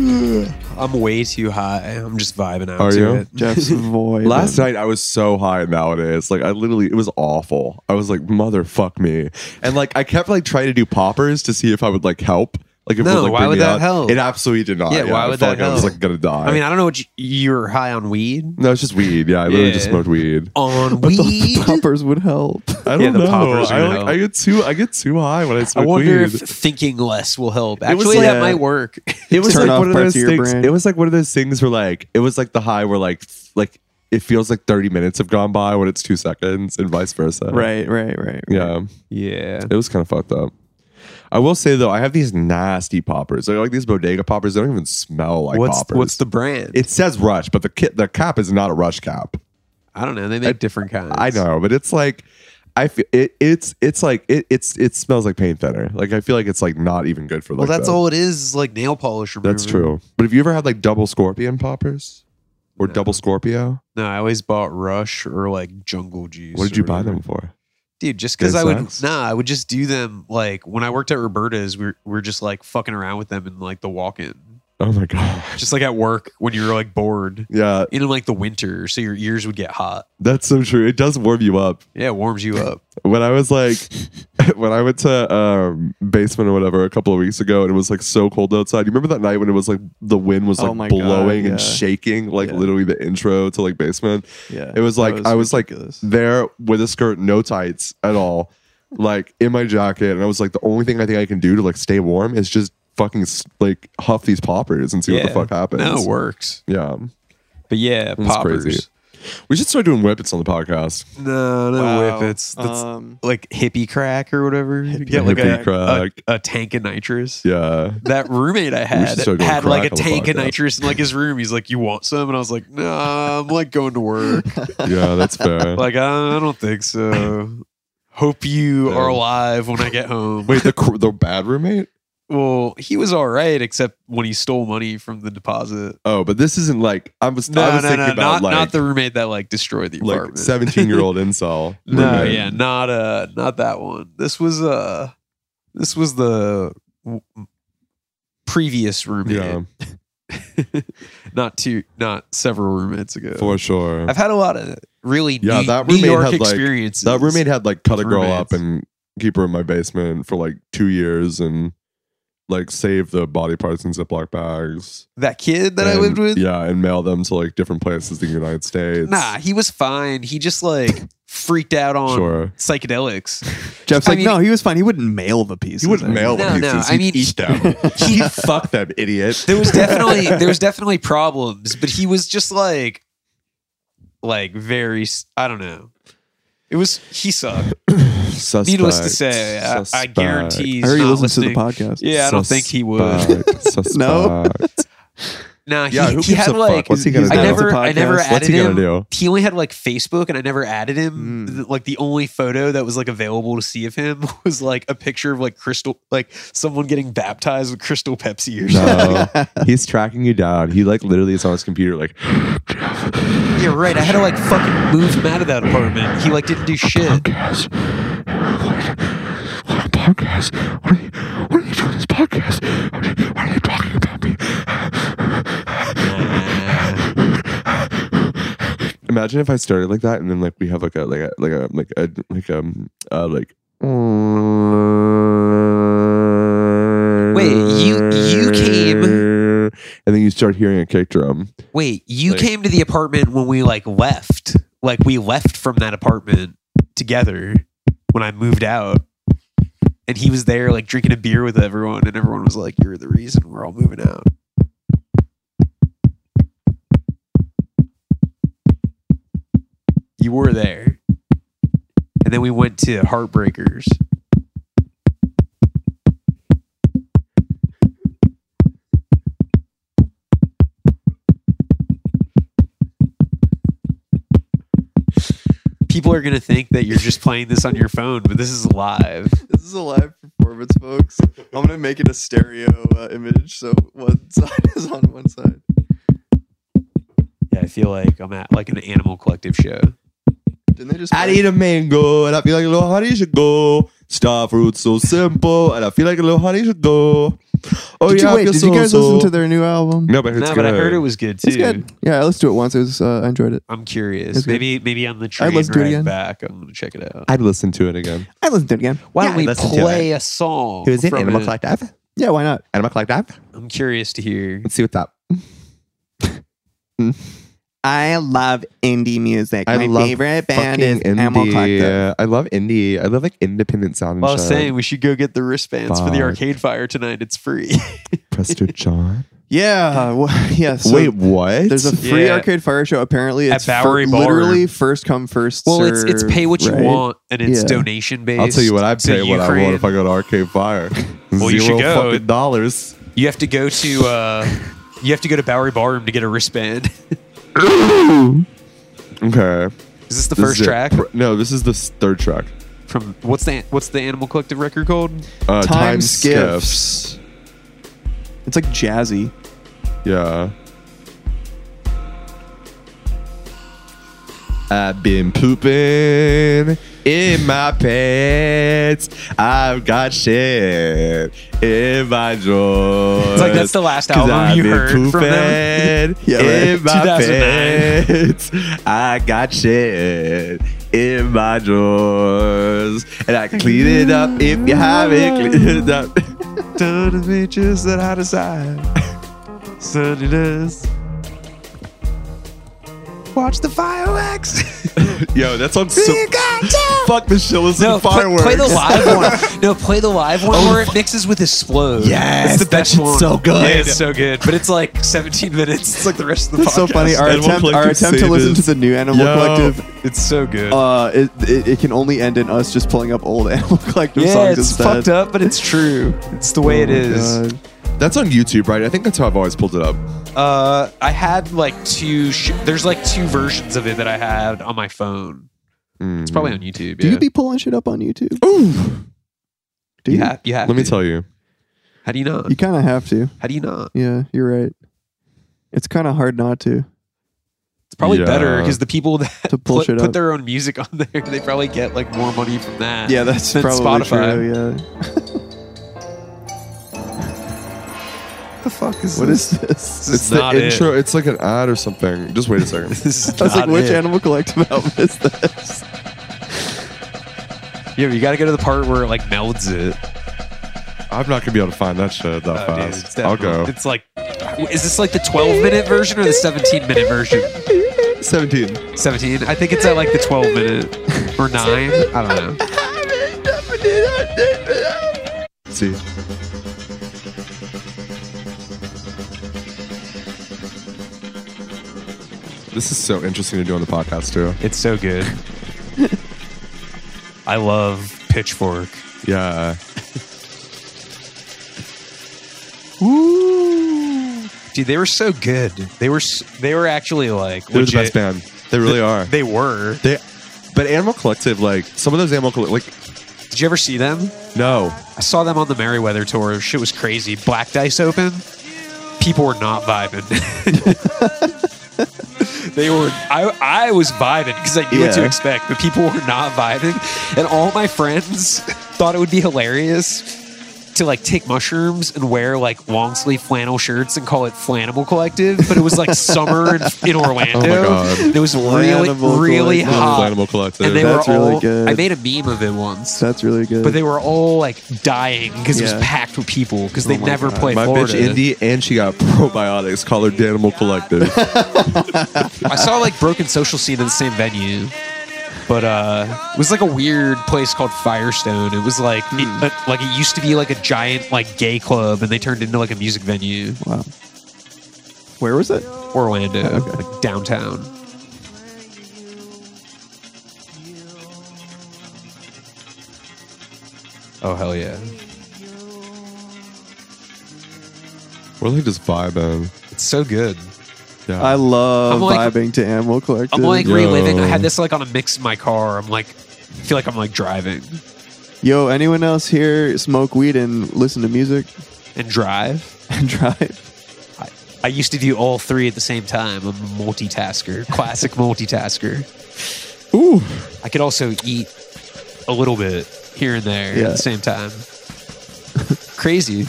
Speaker 2: I'm way too high. I'm just vibing out
Speaker 3: Are
Speaker 2: to
Speaker 3: you?
Speaker 2: it.
Speaker 4: Jeff's voice.
Speaker 3: Last night I was so high nowadays. Like I literally it was awful. I was like, motherfuck me. And like I kept like trying to do poppers to see if I would like help. Like if it
Speaker 2: No,
Speaker 3: would, like,
Speaker 2: why
Speaker 3: bring
Speaker 2: would
Speaker 3: me
Speaker 2: that
Speaker 3: out.
Speaker 2: help?
Speaker 3: It absolutely did not.
Speaker 2: Yeah, why
Speaker 3: I
Speaker 2: would
Speaker 3: felt
Speaker 2: that
Speaker 3: like I was
Speaker 2: help?
Speaker 3: like gonna die.
Speaker 2: I mean, I don't know what you, you're high on weed.
Speaker 3: no, it's just weed. Yeah, I literally
Speaker 2: Yeah.
Speaker 3: just smoked weed.
Speaker 2: On
Speaker 4: the,
Speaker 2: weed.
Speaker 4: the poppers would help.
Speaker 3: I don't
Speaker 2: Yeah, the
Speaker 3: know.
Speaker 2: poppers are
Speaker 3: I,
Speaker 2: gonna
Speaker 3: like,
Speaker 2: help.
Speaker 3: I get too I get too high when I
Speaker 2: I
Speaker 3: smoke
Speaker 2: wonder
Speaker 3: weed.
Speaker 2: if thinking less will help.
Speaker 3: It was
Speaker 2: Actually,
Speaker 3: like-
Speaker 2: that might work.
Speaker 3: it was
Speaker 4: turn
Speaker 3: like
Speaker 4: off
Speaker 3: one of
Speaker 4: parts
Speaker 3: those
Speaker 4: of your
Speaker 3: things.
Speaker 4: brain.
Speaker 3: It was like one of those things where like it was like the high where like th- like it feels like 30 minutes have gone by when it's two seconds and vice versa.
Speaker 4: right, right, right.
Speaker 3: Yeah.
Speaker 2: yeah.
Speaker 3: It was kind of fucked up. I will say though, I have these nasty poppers. They're like these bodega poppers. They don't even smell like
Speaker 2: what's
Speaker 3: poppers.
Speaker 2: what's the brand?
Speaker 3: It says Rush, but the kit, the cap is not a Rush cap.
Speaker 2: I don't know. They make different kinds.
Speaker 3: I know, but it's like I feel it. It's it's like it. It's it smells like paint thinner. Like I feel like it's like not even good for.
Speaker 2: Well,
Speaker 3: like
Speaker 2: that's
Speaker 3: the-
Speaker 2: all it is, is like nail polish remover.
Speaker 3: That's true. But have you ever had like double scorpion poppers or
Speaker 2: No.
Speaker 3: double Scorpio?
Speaker 2: No, I always bought Rush or like Jungle Juice.
Speaker 3: What did you
Speaker 2: or
Speaker 3: buy
Speaker 2: whatever.
Speaker 3: them for?
Speaker 2: dude? Just because
Speaker 3: Good
Speaker 2: I would
Speaker 3: snacks?
Speaker 2: nah, I would just do them like when I worked at Roberta's. We were, we were just like fucking around with them in like the walk-in,
Speaker 3: Oh my gosh.
Speaker 2: just like at work when you were like bored
Speaker 3: Yeah,
Speaker 2: in like the winter, so your ears would get hot.
Speaker 3: that's so true. It does warm you up.
Speaker 2: Yeah, it warms you up.
Speaker 3: when I was like, when I went to um, basement or whatever a couple of weeks ago, and it was like so cold outside. You remember that night when it was like the wind was
Speaker 4: Oh
Speaker 3: like
Speaker 4: my God,
Speaker 3: blowing
Speaker 4: yeah.
Speaker 3: and shaking, like
Speaker 4: Yeah.
Speaker 3: literally the intro to like basement.
Speaker 4: Yeah,
Speaker 3: It was like I was
Speaker 4: ridiculous.
Speaker 3: like there with a skirt, no tights at all, like in my jacket, and I was like, the only thing I think I can do to like stay warm is just fucking s- like huff these poppers and see what
Speaker 2: Yeah.
Speaker 3: the fuck happens.
Speaker 2: No, it works.
Speaker 3: yeah,
Speaker 2: But yeah,
Speaker 3: That's
Speaker 2: poppers.
Speaker 3: crazy. we should start doing whippets on the podcast.
Speaker 2: No, no
Speaker 4: Wow.
Speaker 2: whippets. That's
Speaker 4: Um,
Speaker 2: like hippie crack or whatever. You get like
Speaker 3: Hippie
Speaker 2: a,
Speaker 3: crack.
Speaker 2: A, a tank of nitrous.
Speaker 3: Yeah,
Speaker 2: That roommate I
Speaker 3: should
Speaker 2: had
Speaker 3: start doing
Speaker 2: had like
Speaker 3: crack
Speaker 2: a
Speaker 3: on the
Speaker 2: tank of
Speaker 3: podcast.
Speaker 2: nitrous in like his room. He's like, "You want some?" And I was like, "No, I'm like going to work.
Speaker 3: yeah, that's fair.
Speaker 2: like I, I don't think so. Hope you
Speaker 3: Yeah.
Speaker 2: are alive when I get home."
Speaker 3: Wait, the cr- the bad roommate.
Speaker 2: Well, he was all right except when he stole money from the deposit.
Speaker 3: Oh, but this isn't like I was. I
Speaker 2: No,
Speaker 3: was
Speaker 2: no,
Speaker 3: thinking
Speaker 2: no,
Speaker 3: about
Speaker 2: not
Speaker 3: like
Speaker 2: not the roommate that like destroyed the
Speaker 3: like
Speaker 2: apartment.
Speaker 3: seventeen year old incel.
Speaker 2: No,
Speaker 3: roommate.
Speaker 2: yeah, not uh, not that one. This was uh, this was the w- previous roommate,
Speaker 3: yeah,
Speaker 2: not two, not several roommates ago.
Speaker 3: for sure.
Speaker 2: I've had a lot of really
Speaker 3: Yeah,
Speaker 2: New,
Speaker 3: that
Speaker 2: New
Speaker 3: roommate
Speaker 2: York
Speaker 3: had, like-
Speaker 2: experiences.
Speaker 3: that roommate had like cut a girl up
Speaker 2: roommates.
Speaker 3: and keep her in my basement for like two years and like save the body parts in Ziploc bags
Speaker 2: that kid that I
Speaker 3: and-
Speaker 2: lived with.
Speaker 3: Yeah, and mail them to like different places in the United States.
Speaker 2: Nah, he was fine. He just like freaked out on
Speaker 3: sure.
Speaker 2: psychedelics.
Speaker 4: Jeff's
Speaker 2: I
Speaker 4: like,
Speaker 2: mean-
Speaker 4: no, he was fine. He wouldn't mail the pieces.
Speaker 3: He wouldn't
Speaker 4: I
Speaker 3: mail
Speaker 4: mean.
Speaker 2: No,
Speaker 3: them
Speaker 2: no,
Speaker 3: pieces.
Speaker 2: I
Speaker 3: He'd
Speaker 2: mean-
Speaker 3: eat them.
Speaker 2: He
Speaker 3: Fuck them, idiot.
Speaker 2: there was definitely there was definitely problems, but he was just like like very s- I don't know. It was he sucked.
Speaker 3: Suspect.
Speaker 2: Needless to say, I, I
Speaker 3: Suspect.
Speaker 2: guarantee he's
Speaker 4: I heard he
Speaker 2: not
Speaker 4: listens to
Speaker 2: listening.
Speaker 4: the podcast.
Speaker 2: Yeah, I don't think he would.
Speaker 3: Suspect. Suspect.
Speaker 2: Nah, he,
Speaker 3: Yeah, who
Speaker 2: he
Speaker 3: gives
Speaker 2: had
Speaker 3: a
Speaker 2: like
Speaker 3: fuck? What's he gonna
Speaker 2: I
Speaker 4: do?
Speaker 2: never
Speaker 4: It's a
Speaker 2: I never
Speaker 4: podcast.
Speaker 2: added
Speaker 3: What's he
Speaker 2: him.
Speaker 3: gonna do? Hmm.
Speaker 2: He only had like Facebook, and I never added him.
Speaker 4: Mm.
Speaker 2: Th- Like the only photo that was like available to see of him was like a picture of like crystal, like someone getting baptized with crystal Pepsi or something.
Speaker 3: No, he's tracking you down. He like literally is on his computer, like
Speaker 2: Yeah, right. I had to like fucking move him out of that apartment. He like didn't do shit.
Speaker 5: podcast. What, what a podcast? What are you, what are you doing this podcast? What are you, what are you talking about me?
Speaker 3: Imagine if I started like that, and then like we have like a like a like a like a like um uh like. Wait,
Speaker 2: you- you came-
Speaker 3: and then you start hearing a kick drum.
Speaker 2: Wait, you
Speaker 3: Like-
Speaker 2: came to the apartment when we like left. Like we left from that apartment together when I moved out. And he was there like drinking a beer with everyone and everyone was like you're the reason we're all moving out. You were there. And then we went to Heartbreakers. People are going to think that you're just playing this on your phone, but this is live.
Speaker 4: This is a live performance, folks. I'm gonna make it a stereo uh, image, so one side is on one side.
Speaker 2: Yeah, I feel like I'm at like an animal collective show.
Speaker 4: Didn't they just?
Speaker 3: I need a mango, and I feel like a little honey should go. Star fruit so simple, and I feel like a little honey should go. Oh
Speaker 4: did
Speaker 3: yeah,
Speaker 4: you,
Speaker 3: I
Speaker 4: wait,
Speaker 3: feel
Speaker 4: did
Speaker 3: so,
Speaker 4: you guys listen
Speaker 3: so-
Speaker 4: to their new album?
Speaker 3: No, but it's
Speaker 2: no, but I
Speaker 3: good.
Speaker 2: heard it was good too.
Speaker 4: it's good. Yeah, I listened to it once. It was uh, I enjoyed it.
Speaker 2: I'm curious.
Speaker 4: It's good.
Speaker 2: Maybe maybe on the train
Speaker 4: listened to it
Speaker 2: ride
Speaker 4: again.
Speaker 2: back, I'm gonna check it out.
Speaker 3: I'd listen to it again.
Speaker 4: I listened to it again.
Speaker 2: Why
Speaker 3: Yeah,
Speaker 2: don't
Speaker 3: I
Speaker 2: we
Speaker 3: listened to it.
Speaker 2: play a song? from it?
Speaker 3: Collective?
Speaker 4: Yeah, why not?
Speaker 3: Animal Collective.
Speaker 2: I'm curious to hear.
Speaker 3: Let's see what's up.
Speaker 4: I love indie music.
Speaker 3: I
Speaker 4: My
Speaker 3: love
Speaker 4: favorite band is
Speaker 3: Fucking
Speaker 4: Animal Collective.
Speaker 3: indie. I love indie. I love like independent sound.
Speaker 2: Well, I
Speaker 3: and
Speaker 2: was
Speaker 3: shit.
Speaker 2: saying we should go get the wristbands for the
Speaker 3: Fuck.
Speaker 2: Arcade Fire tonight. It's free.
Speaker 3: Prester John.
Speaker 4: Yeah, well, yeah. So
Speaker 3: Wait, what?
Speaker 4: there's a free
Speaker 2: Yeah.
Speaker 4: Arcade Fire show. Apparently,
Speaker 2: At
Speaker 4: it's fir-
Speaker 2: Bowery Bar.
Speaker 4: literally first come first.
Speaker 2: well, it's it's
Speaker 4: served,
Speaker 2: pay what you
Speaker 4: right?
Speaker 2: want and it's
Speaker 4: Yeah.
Speaker 2: donation based.
Speaker 3: I'll tell you what. I
Speaker 2: So
Speaker 3: pay what I
Speaker 2: Ukraine-
Speaker 3: want if I go to Arcade Fire.
Speaker 2: Well, you
Speaker 3: Zero
Speaker 2: should go.
Speaker 3: fucking dollars.
Speaker 2: You have to go to uh, you have to go to Bowery Barroom to get a wristband.
Speaker 3: Okay.
Speaker 2: is this the
Speaker 3: This
Speaker 2: first
Speaker 3: is it.
Speaker 2: track?
Speaker 3: Pr- No, this is the s- third track.
Speaker 2: from what's the what's the Animal Collective record called?
Speaker 3: Uh,
Speaker 4: Time skiffs. It's like jazzy.
Speaker 3: Yeah. I've been pooping in my pants. I've got shit in my drawers.
Speaker 2: It's like that's the last
Speaker 3: 'Cause
Speaker 2: album
Speaker 3: I've
Speaker 2: you
Speaker 3: been
Speaker 2: heard from them.
Speaker 3: pooping
Speaker 4: Yeah, right.
Speaker 3: in my
Speaker 2: 2009.
Speaker 3: pants. I got shit in my drawers, and I clean it up if you haven't cleaned it up.
Speaker 2: Done as bitches that I decide. Sunniness. Watch the fireworks.
Speaker 3: Yo, that sounds so. Fuck the shillas
Speaker 2: no,
Speaker 3: and
Speaker 2: play,
Speaker 3: fireworks.
Speaker 2: play the live one. No, play the live one
Speaker 4: Oh.
Speaker 2: where it mixes with explode.
Speaker 3: Yes,
Speaker 2: it's the
Speaker 3: that
Speaker 2: best
Speaker 3: shit's
Speaker 2: one.
Speaker 3: so good.
Speaker 2: Yeah, it's so good, but it's like 17 minutes. It's like the rest of the
Speaker 4: It's so
Speaker 2: podcast.
Speaker 4: funny. Our
Speaker 3: Animal
Speaker 4: attempt, our
Speaker 3: Collective
Speaker 4: attempt to
Speaker 3: saved
Speaker 4: listen
Speaker 3: us.
Speaker 4: to the new Animal
Speaker 3: Yo.
Speaker 4: Collective
Speaker 2: It's so good.
Speaker 4: uh, it, it, it can only end in us just pulling up old Animal Collective
Speaker 2: yeah,
Speaker 4: songs
Speaker 2: it's
Speaker 4: instead.
Speaker 2: fucked up, but it's true. It's the way it is.
Speaker 4: Oh God.
Speaker 3: That's on YouTube, right? I think that's how I've always pulled it up.
Speaker 2: Uh, I had like two. Sh- there's like two versions of it that I had on my phone.
Speaker 3: Hmm.
Speaker 2: It's probably on YouTube.
Speaker 4: Mm. Do
Speaker 2: yeah.
Speaker 4: you be pulling shit up on YouTube? Ooh. Do you?
Speaker 2: You have, you have
Speaker 3: Let me
Speaker 2: to.
Speaker 3: tell you.
Speaker 2: How do you not?
Speaker 4: You kind of have to.
Speaker 2: How do you not?
Speaker 4: Yeah, you're right. It's kind of hard not to.
Speaker 2: It's probably
Speaker 3: Yeah.
Speaker 2: better because the people that
Speaker 4: To pull
Speaker 2: put,
Speaker 4: shit
Speaker 2: put
Speaker 4: up.
Speaker 2: their own music on there, they probably get like more money from that.
Speaker 4: Yeah, that's
Speaker 2: than
Speaker 4: probably
Speaker 2: Spotify.
Speaker 4: true. Yeah.
Speaker 2: What the fuck is
Speaker 4: What
Speaker 2: this?
Speaker 4: is this?
Speaker 2: This is
Speaker 3: It's the
Speaker 2: not it.
Speaker 3: intro. It's like an ad or something. Just wait a second.
Speaker 2: This is
Speaker 4: I was like,
Speaker 2: not
Speaker 4: which
Speaker 2: it.
Speaker 4: Animal Collective album is this?
Speaker 2: Yeah, you got to go to the part where it like melds it.
Speaker 3: I'm not gonna be able to find that shit that
Speaker 2: Oh, dude, it's
Speaker 3: fast. I'll
Speaker 2: definitely-
Speaker 3: go.
Speaker 2: It's like, is this like the 12 minute version or the 17 minute version?
Speaker 3: 17.
Speaker 2: 17. I think it's at like the 12 minute or nine. I don't know.
Speaker 3: see. This is so interesting to do on the podcast too.
Speaker 2: It's so good. I love Pitchfork.
Speaker 3: Yeah.
Speaker 2: Ooh. Dude, they were so good. They were s- they were actually like
Speaker 3: They're the best
Speaker 2: legit-
Speaker 3: band. They really are.
Speaker 2: They were.
Speaker 3: They, but Animal Collective, like some of those Animal Collective,
Speaker 2: Did you ever see them?
Speaker 3: like no,
Speaker 2: I saw them on the Merryweather tour. Shit was crazy. Black Dice Open. People were not vibing. they were. I I was vibing because I knew what to
Speaker 4: Yeah.
Speaker 2: expect, but people were not vibing, and all my friends thought it would be hilarious to like take mushrooms and wear like long sleeve flannel shirts and call it Flannable Collective, but it was like summer in, in
Speaker 4: Oh
Speaker 2: Orlando.
Speaker 3: God.
Speaker 2: And it was really
Speaker 4: Flannable
Speaker 2: really
Speaker 4: Collective.
Speaker 2: hot.
Speaker 3: Animal Collective.
Speaker 2: Ah. And they
Speaker 4: That's
Speaker 2: were all,
Speaker 4: really good.
Speaker 2: I made a meme of it once
Speaker 4: That's really good.
Speaker 2: but they were all like dying because it
Speaker 4: Yeah. Oh
Speaker 2: was packed with people because they
Speaker 4: my
Speaker 2: never
Speaker 4: God.
Speaker 2: played
Speaker 3: my
Speaker 2: Florida.
Speaker 3: bitch Indy, and she got probiotics. Call her Danimal Collective.
Speaker 2: I saw like Broken Social Scene in the same venue, but uh, it was like a weird place called Firestone. It was like
Speaker 4: Hmm.
Speaker 2: it, uh, like it used to be like a giant like gay club, and they turned into like a music venue,
Speaker 4: wow. Where was it?
Speaker 2: Orlando,
Speaker 4: Oh, Okay.
Speaker 2: like downtown. Oh hell yeah!
Speaker 3: we're like just vibing.
Speaker 2: It's so good.
Speaker 3: Yeah.
Speaker 4: I love
Speaker 2: I'm like-
Speaker 4: vibing to Animal Collective.
Speaker 2: I'm like
Speaker 3: Yo.
Speaker 2: reliving. I had this like on a mix in my car. I'm like, I feel like I'm like driving
Speaker 4: Yo, anyone else here smoke weed and listen to music
Speaker 2: and drive.
Speaker 4: and drive?
Speaker 2: I used to do all three at the same time. I'm a multitasker, classic multitasker.
Speaker 4: Ooh.
Speaker 2: I could also eat a little bit here and there
Speaker 4: Yeah.
Speaker 2: at the same time. Crazy.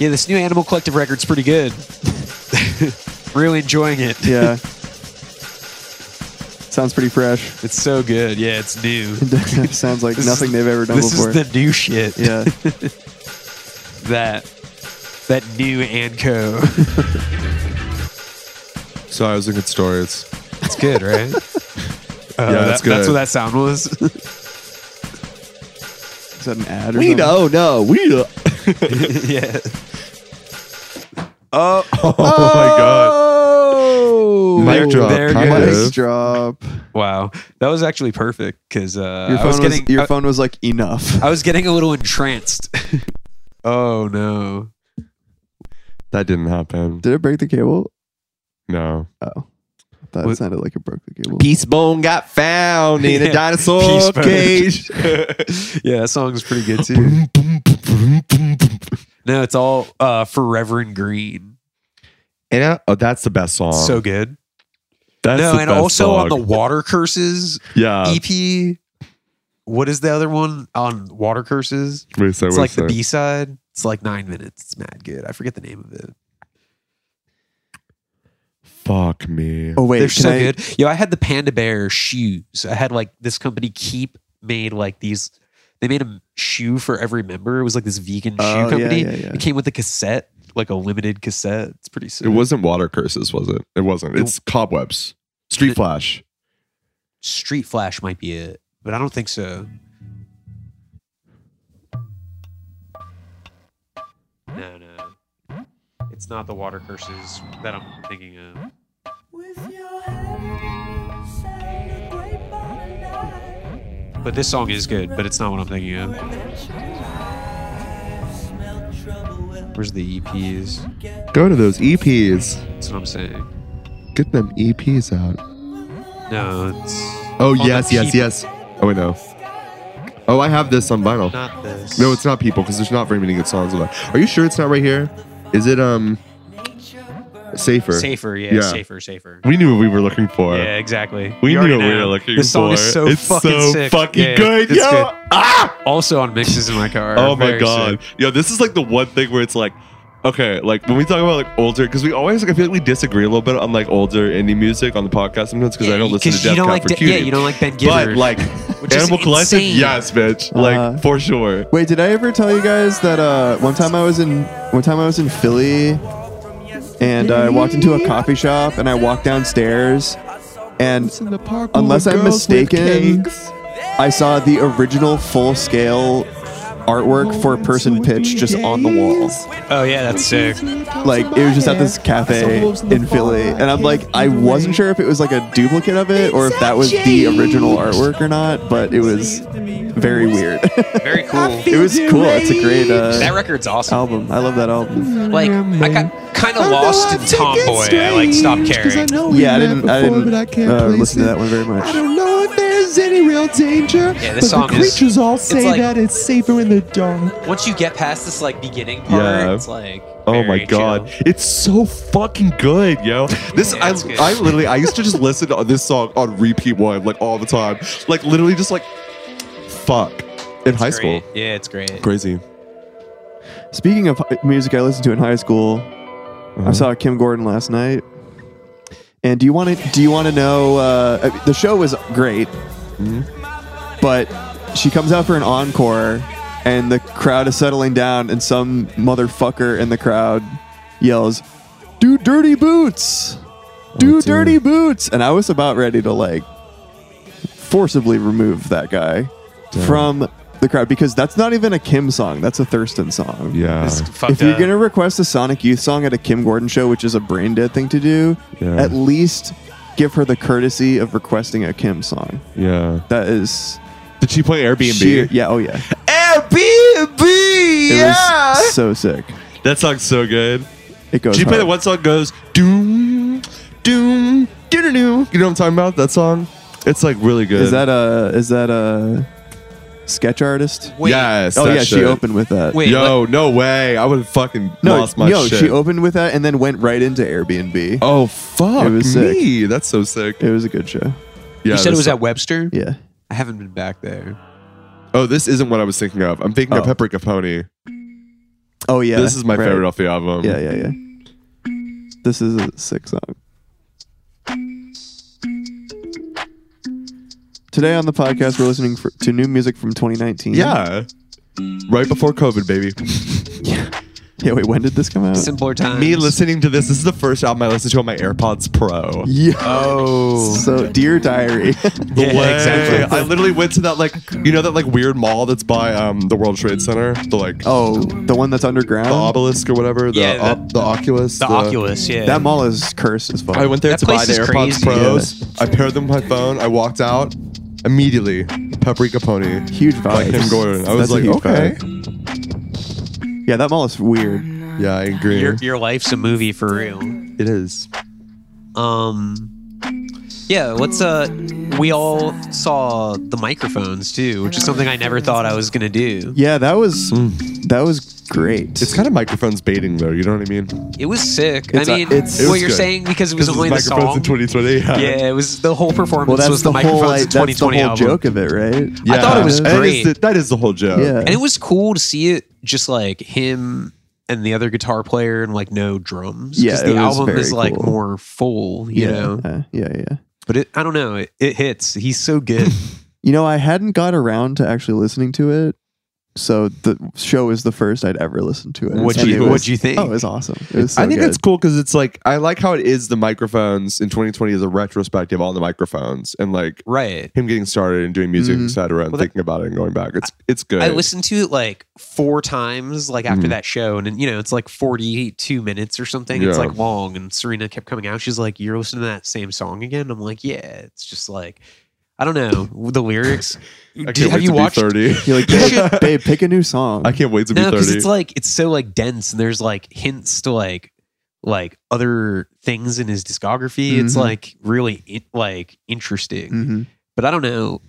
Speaker 2: Yeah, this new Animal Collective record's pretty good. really enjoying it.
Speaker 4: Yeah. Sounds pretty fresh.
Speaker 2: It's so good. Yeah, it's new.
Speaker 4: Sounds like
Speaker 2: This
Speaker 4: nothing
Speaker 2: is-
Speaker 4: they've ever done
Speaker 2: this
Speaker 4: before.
Speaker 2: is the new shit.
Speaker 4: yeah.
Speaker 2: That that new Anco.
Speaker 3: so I was looking at stories.
Speaker 2: It's good, right?
Speaker 3: yeah, that's good.
Speaker 2: Uh, That's what that sound was.
Speaker 4: Is that an ad or
Speaker 3: we
Speaker 4: something?
Speaker 3: know, no, we
Speaker 2: uh
Speaker 3: know.
Speaker 2: yeah.
Speaker 3: Oh, my god.
Speaker 4: Oh!
Speaker 3: Mic drop.
Speaker 2: there
Speaker 3: kind
Speaker 2: goes.
Speaker 3: of.
Speaker 4: Mic drop.
Speaker 2: Wow, that was actually perfect because uh,
Speaker 4: Your
Speaker 2: I was
Speaker 4: phone was,
Speaker 2: getting
Speaker 4: your
Speaker 2: I,
Speaker 4: phone was like enough.
Speaker 2: I was getting a little entranced. oh no,
Speaker 3: That didn't happen.
Speaker 4: Did it break the cable?
Speaker 3: No.
Speaker 4: Oh, that
Speaker 2: What-
Speaker 4: sounded like it broke the cable.
Speaker 3: Peace bone got found in
Speaker 2: Yeah.
Speaker 3: a Oh, dinosaur
Speaker 2: Peace bone.
Speaker 3: cage.
Speaker 2: yeah, that song's pretty good too. no, it's all uh, Forever in Green.
Speaker 3: and I, oh, that's the best song.
Speaker 2: so good.
Speaker 3: that's
Speaker 2: no,
Speaker 3: the
Speaker 2: and
Speaker 3: best
Speaker 2: also on the E
Speaker 3: song.
Speaker 2: Water Curses
Speaker 3: yeah.
Speaker 2: EP. What is the other one on Water Curses?
Speaker 3: wait, so,
Speaker 2: It's
Speaker 3: wait,
Speaker 2: like the
Speaker 3: so.
Speaker 2: B side. It's like nine minutes. It's mad good. I forget the name of it.
Speaker 3: Fuck me.
Speaker 4: Oh wait,
Speaker 2: They're
Speaker 4: can
Speaker 2: so
Speaker 4: I-
Speaker 2: good. Yo, I had the Panda Bear shoes. I had like this company Keep made like these. They made a shoe for every member. It was like this vegan
Speaker 4: Oh,
Speaker 2: shoe company.
Speaker 4: Yeah, yeah, yeah.
Speaker 2: It came with a cassette, like a limited cassette. It's pretty sick.
Speaker 3: It wasn't water curses, was it? It wasn't.
Speaker 2: It-
Speaker 3: It's cobwebs. Street
Speaker 2: It-
Speaker 3: flash.
Speaker 2: Street Flash might be it, but I don't think so. No, no. It's not the water curses that I'm thinking of. But this song is good, but it's not what I'm thinking of. Where's the EPs?
Speaker 3: Go to those EPs.
Speaker 2: That's what I'm saying.
Speaker 3: Get them EPs out.
Speaker 2: No, it's
Speaker 3: Oh
Speaker 2: On the E
Speaker 3: yes, yes,
Speaker 2: peep-
Speaker 3: yes. Oh wait, no. Oh, I have this on vinyl.
Speaker 2: not this.
Speaker 3: No, it's not people because there's not very many good songs on that. Are you sure it's not right here? Is it um safer?
Speaker 2: safer. Yeah,
Speaker 3: Yeah.
Speaker 2: safer, safer.
Speaker 3: We knew what we were looking for.
Speaker 2: Yeah, exactly.
Speaker 3: We knew
Speaker 2: You already
Speaker 3: what we
Speaker 2: know.
Speaker 3: were looking
Speaker 2: This
Speaker 3: for.
Speaker 2: song is so
Speaker 3: it's
Speaker 2: fucking
Speaker 3: so
Speaker 2: sick.
Speaker 3: fucking
Speaker 2: Yeah,
Speaker 3: good,
Speaker 2: it's
Speaker 3: yo.
Speaker 2: good.
Speaker 3: Ah!
Speaker 2: Also on mixes in my car.
Speaker 3: Oh my
Speaker 2: Very
Speaker 3: god,
Speaker 2: sick.
Speaker 3: yo, this is like the one thing where it's like, okay, like when we talk about like older, because we always like I feel like we disagree a little bit on like older indie music on the podcast sometimes because I don't listen to
Speaker 2: 'cause you
Speaker 3: Death
Speaker 2: don't
Speaker 3: Cab
Speaker 2: like
Speaker 3: for
Speaker 2: Da-
Speaker 3: Cutie.
Speaker 2: Yeah, you don't like Ben Gibbard.
Speaker 3: but like
Speaker 2: which is
Speaker 3: Animal Collective,
Speaker 2: insane.
Speaker 3: yes, bitch, like
Speaker 4: Uh,
Speaker 3: for sure.
Speaker 4: Wait, did I ever tell you guys that uh, one time I was in one time I was in Philly and I walked into a coffee shop and I walked downstairs and unless I'm mistaken, I saw the original full scale artwork for Person Pitch just on the wall.
Speaker 2: Oh yeah, that's sick.
Speaker 4: Like it was just at this cafe in Philly and I'm like I wasn't sure if it was like a duplicate of it or if that was the original artwork or not, but it was very weird.
Speaker 2: Very cool.
Speaker 4: it was cool. It's a great
Speaker 2: That
Speaker 4: uh,
Speaker 2: record's awesome.
Speaker 4: album. I love that album.
Speaker 2: Like I got kind of lost in Tomboy. I like stopped caring.
Speaker 4: Yeah, I didn't. I didn't uh, listen to that one very much.
Speaker 5: don't know if there's any real danger.
Speaker 2: Yeah, this song is.
Speaker 5: all
Speaker 2: say like- that
Speaker 5: it's safer in the dark.
Speaker 2: Once you get past this like beginning part,
Speaker 3: Yeah.
Speaker 2: it's like.
Speaker 3: Oh
Speaker 2: very
Speaker 3: my god,
Speaker 2: chill.
Speaker 3: it's so fucking good, yo. This
Speaker 2: Yeah,
Speaker 3: I,
Speaker 2: it's good.
Speaker 3: I literally I used to just listen to this song on repeat one like all the time, like literally just like fuck in high
Speaker 2: It's
Speaker 3: school.
Speaker 2: great. Yeah, it's great.
Speaker 3: Crazy.
Speaker 4: Speaking of hi- music, I listened to in high school. I
Speaker 3: Uh-huh.
Speaker 4: saw Kim Gordon last night. And do you want to? Do you want to know? Uh, uh, the show was great,
Speaker 3: Mm-hmm.
Speaker 4: but she comes out for an encore, and the crowd is settling down, and some motherfucker in the crowd yells, "Do dirty boots! Do
Speaker 3: Oh, dude.
Speaker 4: dirty boots!" And I was about ready to like forcibly remove that guy from the crowd because that's not even a Kim song. That's a Thurston song.
Speaker 3: Yeah.
Speaker 2: It's fucked
Speaker 4: If you're
Speaker 2: up.
Speaker 4: gonna request a Sonic Youth song at a Kim Gordon show, which is a brain dead thing to do,
Speaker 3: Yeah.
Speaker 4: at least give her the courtesy of requesting a Kim song.
Speaker 3: Yeah.
Speaker 4: That is
Speaker 3: Did she play Airbnb?
Speaker 4: sheer- yeah, oh yeah,
Speaker 3: Airbnb.
Speaker 4: it was so sick.
Speaker 3: that song's so good.
Speaker 4: It goes.
Speaker 3: Did you play the
Speaker 4: hard.
Speaker 3: one song goes doom, doom, doo doo. You know what I'm talking about? That song. It's like really good.
Speaker 4: Is that a is that a sketch artist?
Speaker 2: Wait,
Speaker 3: yes.
Speaker 4: oh
Speaker 3: that
Speaker 4: yeah, she
Speaker 3: shit.
Speaker 4: opened with that.
Speaker 2: Wait,
Speaker 3: Yo, no way. I would have fucking
Speaker 4: no,
Speaker 3: lost my
Speaker 4: no,
Speaker 3: shit.
Speaker 4: she opened with that and then went right into Airbnb.
Speaker 3: oh, fuck
Speaker 4: It was sick.
Speaker 3: me. That's so sick.
Speaker 4: It was a good show.
Speaker 3: Yeah,
Speaker 2: you said it
Speaker 3: this-
Speaker 2: was at Webster.
Speaker 4: Yeah.
Speaker 2: I haven't been back there.
Speaker 3: Oh, this isn't what I was thinking of. I'm thinking of
Speaker 4: Oh.
Speaker 3: Pepper Capone.
Speaker 4: Oh yeah.
Speaker 3: this is my
Speaker 4: right.
Speaker 3: favorite off the album.
Speaker 4: Yeah, yeah, yeah. This is a sick song. Today on the podcast, we're listening for, to new music from 2019.
Speaker 3: Yeah. Right before COVID, baby.
Speaker 4: Yeah, wait, when did this come out?
Speaker 2: Simpler times.
Speaker 3: Uh, Me listening to this. This is the first album I listened to on my AirPods Pro.
Speaker 4: Yeah.
Speaker 2: Oh.
Speaker 4: So, Dear Diary.
Speaker 2: Yeah,
Speaker 3: Way.
Speaker 2: exactly.
Speaker 3: I literally went to that like you know that like weird mall that's by um the World Trade Center, the like
Speaker 4: oh, the one that's underground?
Speaker 3: the obelisk or whatever, the
Speaker 2: Yeah,
Speaker 3: op- the Oculus,
Speaker 2: The Oculus, yeah.
Speaker 4: That mall is cursed as fuck.
Speaker 3: I went there
Speaker 2: That
Speaker 3: to buy
Speaker 2: place
Speaker 3: the
Speaker 2: is
Speaker 3: AirPods
Speaker 2: crazy.
Speaker 3: Pros. I paired them with my phone. I walked out immediately. Paprika Pony.
Speaker 4: Huge vibes.
Speaker 3: By Kim Gordon. I was
Speaker 4: That's a
Speaker 3: like,
Speaker 4: huge
Speaker 3: okay.
Speaker 4: vibe. Yeah, that mall is weird.
Speaker 3: Yeah, I agree.
Speaker 2: Your, your life's a movie for real.
Speaker 3: it is.
Speaker 2: Um, yeah. What's uh? We all saw the microphones too, which is something I never thought I was gonna do.
Speaker 4: Yeah, that was that was great.
Speaker 3: Mm. It's kind of microphones baiting though. You know what I mean?
Speaker 2: It was sick.
Speaker 4: It's, uh,
Speaker 2: I mean,
Speaker 4: it's-
Speaker 3: It
Speaker 2: what
Speaker 3: was
Speaker 2: you're
Speaker 3: good.
Speaker 2: saying because it was
Speaker 3: This is
Speaker 2: only the
Speaker 3: microphones
Speaker 2: song.
Speaker 3: in 2020. Yeah.
Speaker 2: yeah, it was the whole performance
Speaker 4: well, that's
Speaker 2: was
Speaker 4: the,
Speaker 2: the,
Speaker 4: whole
Speaker 2: microphones
Speaker 4: like, that's the
Speaker 2: 2020
Speaker 4: whole
Speaker 2: album.
Speaker 4: joke of it, right?
Speaker 2: I thought it was
Speaker 3: That is
Speaker 2: great.
Speaker 3: the- that is the whole joke.
Speaker 4: Yeah.
Speaker 2: and it was cool to see it just like him and the other guitar player and like no drums 'cause
Speaker 4: Yeah, it
Speaker 2: the
Speaker 4: was
Speaker 2: album
Speaker 4: very
Speaker 2: is like
Speaker 4: cool.
Speaker 2: more full you
Speaker 4: yeah,
Speaker 2: know
Speaker 4: uh, yeah, yeah.
Speaker 2: but it, i don't know it, it hits he's so good
Speaker 4: You know, I hadn't got around to actually listening to it, so the show is the first I'd ever listened to it.
Speaker 2: What'd
Speaker 4: And
Speaker 2: you-
Speaker 4: it was-
Speaker 2: what'd you think?
Speaker 4: Oh, it was awesome. It was so
Speaker 3: I think
Speaker 4: good.
Speaker 3: it's cool because it's like I like how it is the microphones in 2020 is a retrospective on the microphones and like
Speaker 2: right
Speaker 3: him getting started and doing music,
Speaker 4: Mhm.
Speaker 3: et cetera, and
Speaker 2: Well, that-
Speaker 3: thinking about it and going back. It's it's good.
Speaker 2: i listened to it like four times like after
Speaker 3: Mhm.
Speaker 2: that show and then, you know it's like 42 minutes or something it's
Speaker 3: Yeah.
Speaker 2: like long and serena kept coming out she's like you're listening to that same song again i'm like yeah it's just like i don't know the lyrics
Speaker 3: I can't
Speaker 2: Do-
Speaker 3: wait
Speaker 2: have you
Speaker 3: to
Speaker 2: watched
Speaker 3: be 30.
Speaker 4: You're like, babe, babe, pick a new song.
Speaker 3: I can't wait to be
Speaker 2: no,
Speaker 3: 30.
Speaker 2: because it's like it's so like dense, and there's like hints to like like other things in his discography. It's
Speaker 3: Mm-hmm.
Speaker 4: Mhm.
Speaker 2: like really in, like interesting.
Speaker 4: hmm
Speaker 2: But I don't know.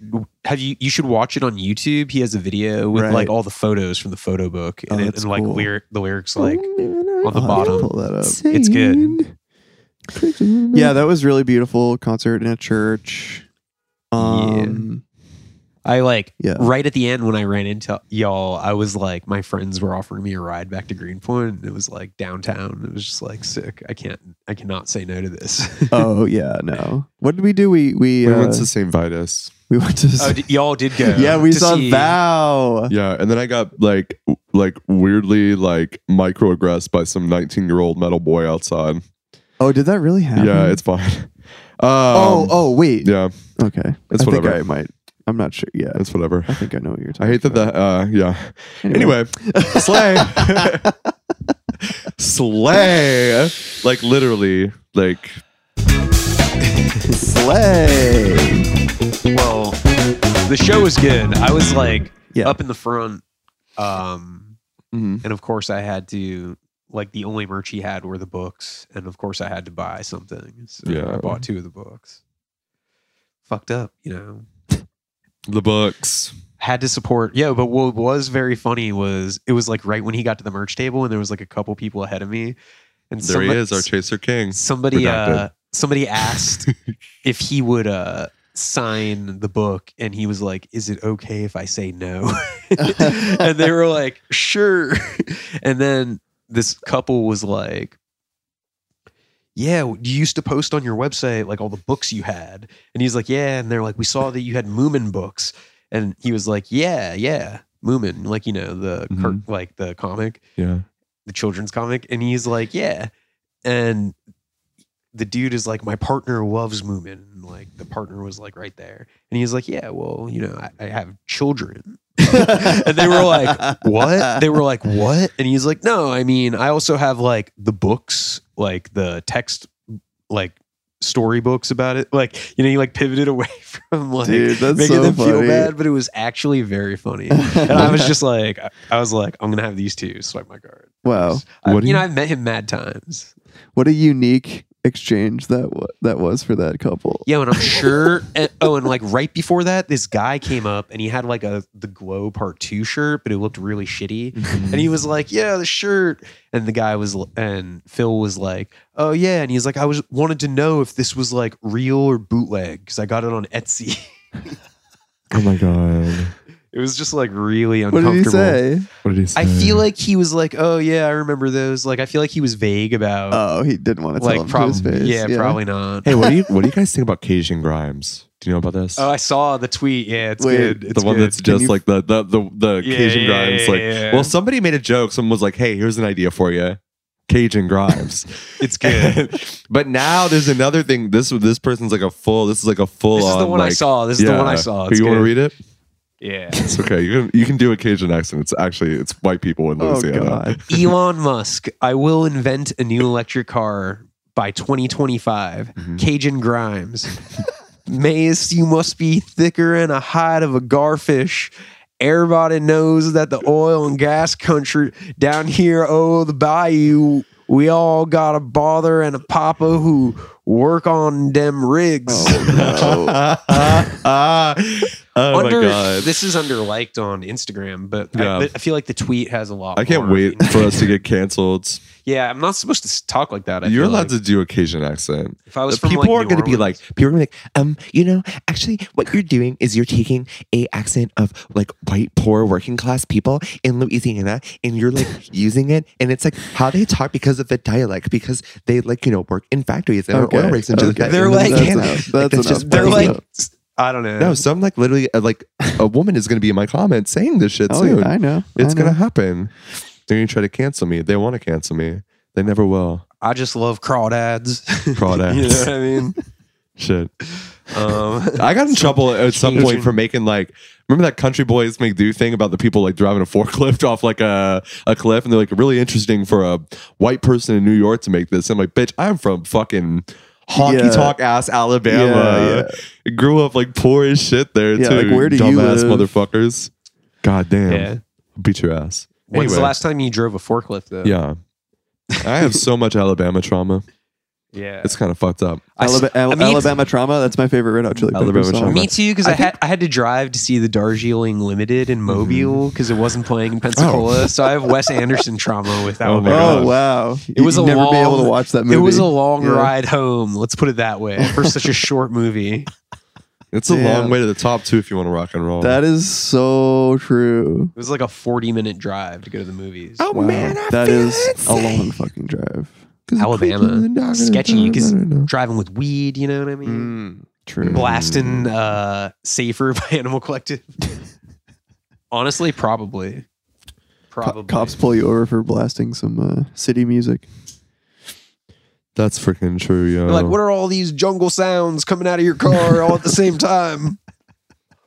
Speaker 2: Have you? You should watch it on YouTube. He has a video with
Speaker 4: Right.
Speaker 2: like all the photos from the photo book,
Speaker 4: Oh,
Speaker 2: and, it,
Speaker 4: that's
Speaker 2: and like
Speaker 4: cool.
Speaker 2: lyric the lyrics like
Speaker 4: on
Speaker 2: the bottom.
Speaker 4: Oh, Pull that up.
Speaker 2: it's good.
Speaker 4: Yeah, that was really beautiful concert in a church. Um,
Speaker 2: I like
Speaker 4: Yeah.
Speaker 2: right at the end when I ran into y'all, I was like, my friends were offering me a ride back to Greenpoint. And it was like downtown. It was just like sick. I can't, I cannot say no to this.
Speaker 4: Oh yeah, no. What did we do? We we
Speaker 3: we
Speaker 4: uh,
Speaker 3: went to St. Vitus.
Speaker 4: we went to
Speaker 2: oh, d- y'all did go.
Speaker 4: yeah we
Speaker 2: to
Speaker 4: saw
Speaker 2: see-
Speaker 4: Vow.
Speaker 3: Yeah, and then I got like w- like weirdly like microaggressed by some 19 year old metal boy outside.
Speaker 4: Oh, did that really happen?
Speaker 3: Yeah, it's fine. Um,
Speaker 4: oh oh wait.
Speaker 3: yeah,
Speaker 4: Okay,
Speaker 3: It's
Speaker 4: I think
Speaker 3: whatever.
Speaker 4: I might. I'm not sure. Yeah,
Speaker 3: it's whatever.
Speaker 4: I think I know what you're talking.
Speaker 3: I hate that.
Speaker 4: about.
Speaker 3: That uh, yeah. Anyway, slay, slay, like literally, like
Speaker 4: slay.
Speaker 2: Well, the show was good. I was like
Speaker 4: Yeah.
Speaker 2: up in the front. Um,
Speaker 3: Mm-hmm.
Speaker 4: Mhm.
Speaker 2: and of course I had to like the only merch he had were the books. And of course I had to buy something. So
Speaker 3: Yeah.
Speaker 2: I bought two of the books. Fucked up, you know.
Speaker 3: the books.
Speaker 2: had to support. Yeah, but what was very funny was it was like right when he got to the merch table and there was like a couple people ahead of me. And
Speaker 3: There he
Speaker 2: somebo-
Speaker 3: is, our chaser king.
Speaker 2: somebody uh,
Speaker 3: Redacted.
Speaker 2: somebody asked if he would uh, sign the book, and he was like, "Is it okay if I say no?" and they were like, "Sure." And then this couple was like. Yeah, you used to post on your website like all the books you had. And he's like, Yeah. And they're like, We saw that you had Moomin books. And he was like, Yeah, yeah, Moomin, like, you know, the car-
Speaker 3: Mhm.
Speaker 2: like the comic
Speaker 3: Yeah,
Speaker 2: the children's comic, and he's like, "Yeah," and the dude is like, "My partner loves Moomin." And, Like the partner was like right there, and he's like, "Yeah, well, you know, I, I have children," and they were like, "What?" They were like, "What?" And he's like, "No, I mean, I also have like the books, like the text, like." storybooks about it like you know you like pivoted away from like
Speaker 4: Dude, that's
Speaker 2: making
Speaker 4: so
Speaker 2: them feel
Speaker 4: funny.
Speaker 2: bad but it was actually very funny and I was just like, I- I was like, I'm gonna have these two swipe my card.
Speaker 4: Wow.
Speaker 2: I-
Speaker 3: What do
Speaker 2: uh, you know,
Speaker 3: you-
Speaker 2: I've met him mad times.
Speaker 4: What a unique exchange that wa that was for that couple.
Speaker 2: Yeah, and I'm sure. and, oh, and like right before that, this guy came up and he had like a the Glow Part Two shirt, but it looked really shitty.
Speaker 4: Mm-hmm.
Speaker 2: And he was like, "Yeah, the shirt." And the guy was, l- and Phil was like, "Oh yeah," and he's like, "I was wanted to know if this was like real or bootleg because I got it on Etsy."
Speaker 3: Oh my god,
Speaker 2: it was just like really
Speaker 4: What
Speaker 2: uncomfortable.
Speaker 4: did he say?
Speaker 3: what did he say?
Speaker 2: I feel like he was like, "Oh yeah, I remember those." Like, I feel like he was vague about
Speaker 4: Oh, he didn't want to tell
Speaker 2: Uh, like
Speaker 4: him to his
Speaker 2: probably
Speaker 4: face.
Speaker 2: yeah, probably not.
Speaker 3: Hey, what do you what do you guys think about Cajun Grimes? Do you know about this?
Speaker 2: Oh, I saw the tweet. Yeah, it's
Speaker 4: Wait,
Speaker 2: good.
Speaker 3: the
Speaker 2: It's
Speaker 3: one
Speaker 2: good.
Speaker 3: that's just
Speaker 4: you-
Speaker 3: like the the the, the
Speaker 2: Yeah,
Speaker 3: Cajun
Speaker 2: yeah,
Speaker 3: Grimes.
Speaker 2: yeah,
Speaker 3: like,
Speaker 2: yeah.
Speaker 3: well, somebody made a joke. Someone was like, "Hey, here's an idea for you, Cajun Grimes."
Speaker 2: it's good.
Speaker 3: but now there's another thing. This this person's like a full. This is like a full.
Speaker 2: this is the
Speaker 3: on,
Speaker 2: one I
Speaker 3: like-
Speaker 2: saw. This is the one I
Speaker 3: Yeah.
Speaker 2: saw.
Speaker 3: Here,
Speaker 2: It's
Speaker 3: you want to
Speaker 2: good.
Speaker 3: read it?
Speaker 2: Yeah.
Speaker 3: It's okay. You can you can do a Cajun accent. It's actually it's white people in
Speaker 4: Oh
Speaker 3: Louisiana.
Speaker 4: god.
Speaker 2: Elon Musk, I will invent a new electric car by 2025.
Speaker 3: Mm-hmm.
Speaker 2: Cajun Grimes. Mayus, you must be thicker than a hide of a garfish.
Speaker 6: Everybody knows that the oil and gas country down here, oh, the bayou, we all got a bother and a papa who work on them rigs.
Speaker 3: oh
Speaker 2: under,
Speaker 3: my god!
Speaker 2: This is under liked on Instagram, but
Speaker 3: Yeah.
Speaker 2: I, but I feel like the tweet has a lot.
Speaker 3: I can't
Speaker 2: more,
Speaker 3: wait
Speaker 2: you know?
Speaker 3: for us to get canceled.
Speaker 2: Yeah, I'm not supposed to s- talk like that. I
Speaker 3: You're
Speaker 2: feel
Speaker 3: allowed to
Speaker 2: like.
Speaker 3: do a Cajun accent.
Speaker 2: If I
Speaker 3: But
Speaker 2: was from
Speaker 3: people
Speaker 2: like,
Speaker 3: are
Speaker 2: New
Speaker 3: going to be
Speaker 2: Orleans-
Speaker 3: like,
Speaker 7: people are gonna be like, um, you know, actually, what you're doing is you're taking a accent of like white, poor, working class people in Louisiana, and you're like using it, and it's like how they talk because of the dialect, because they like you know work in factories and
Speaker 4: Okay,
Speaker 7: are oil rigs and just
Speaker 4: okay.
Speaker 2: They're
Speaker 7: and
Speaker 2: like-
Speaker 7: that's
Speaker 4: enough.
Speaker 7: enough.
Speaker 4: That's
Speaker 7: it's
Speaker 4: enough.
Speaker 7: just
Speaker 2: they're
Speaker 7: funny.
Speaker 2: like, I don't know.
Speaker 3: no, some like literally, uh, like a woman is going to be in my comment saying this shit
Speaker 4: Oh,
Speaker 3: soon.
Speaker 4: yeah, I know.
Speaker 3: It's
Speaker 4: I know.
Speaker 3: gonna happen. They're gonna try to cancel me. They want to cancel me. They never will.
Speaker 2: I just love crawdads.
Speaker 3: Crawdads.
Speaker 2: you know what I mean?
Speaker 3: Shit.
Speaker 2: Um,
Speaker 3: I got in trouble at some point for making like remember that country boys make do thing about the people like driving a forklift off like a a cliff and they're like really interesting for a white person in New York to make this. I'm like, bitch, I'm from fucking honky
Speaker 4: Yeah.
Speaker 3: talk ass Alabama. Grew up like poor as shit there
Speaker 4: Yeah,
Speaker 3: too.
Speaker 4: like, where do you
Speaker 3: dumbass
Speaker 4: live?
Speaker 3: motherfuckers? God damn.
Speaker 2: Yeah.
Speaker 3: Beat your ass.
Speaker 2: When's the
Speaker 3: Anyway.
Speaker 2: last time you drove a forklift though?
Speaker 3: Yeah. I have so much Alabama trauma.
Speaker 2: yeah.
Speaker 3: It's kind of fucked up.
Speaker 2: I s-
Speaker 4: Alabama,
Speaker 2: I mean-
Speaker 4: Alabama trauma. That's my favorite Red Hot Chili Peppers
Speaker 3: Alabama
Speaker 4: song.
Speaker 3: Trauma.
Speaker 2: Me too, because I, had I had to drive to see the Darjeeling Limited
Speaker 3: Mm-hmm.
Speaker 2: in Mobile because it wasn't playing in Pensacola. So I have Wes Anderson trauma with that
Speaker 3: Oh
Speaker 2: one.
Speaker 3: my God.
Speaker 4: Oh wow!
Speaker 2: It was a
Speaker 4: never
Speaker 2: long,
Speaker 4: be able to watch that movie.
Speaker 2: It was a long
Speaker 4: Yeah.
Speaker 2: ride home. Let's put it that way for such a short movie.
Speaker 3: It's a
Speaker 4: Damn.
Speaker 3: long way to the top too if you want to rock and roll.
Speaker 4: That is so true.
Speaker 2: It was like a forty-minute drive to go to the movies.
Speaker 4: Oh man, that is a long fucking drive.
Speaker 2: Alabama, sketchy because driving with weed. You know what I mean?
Speaker 4: True.
Speaker 2: Blasting uh, "Safer" by Animal Collective. Honestly, probably.
Speaker 4: Co-
Speaker 2: Probably.
Speaker 4: cops pull you over for blasting some uh, city music.
Speaker 3: That's freaking true, yo.
Speaker 2: They're
Speaker 4: Oh.
Speaker 2: like, what are all these jungle sounds coming out of your car all at the same time?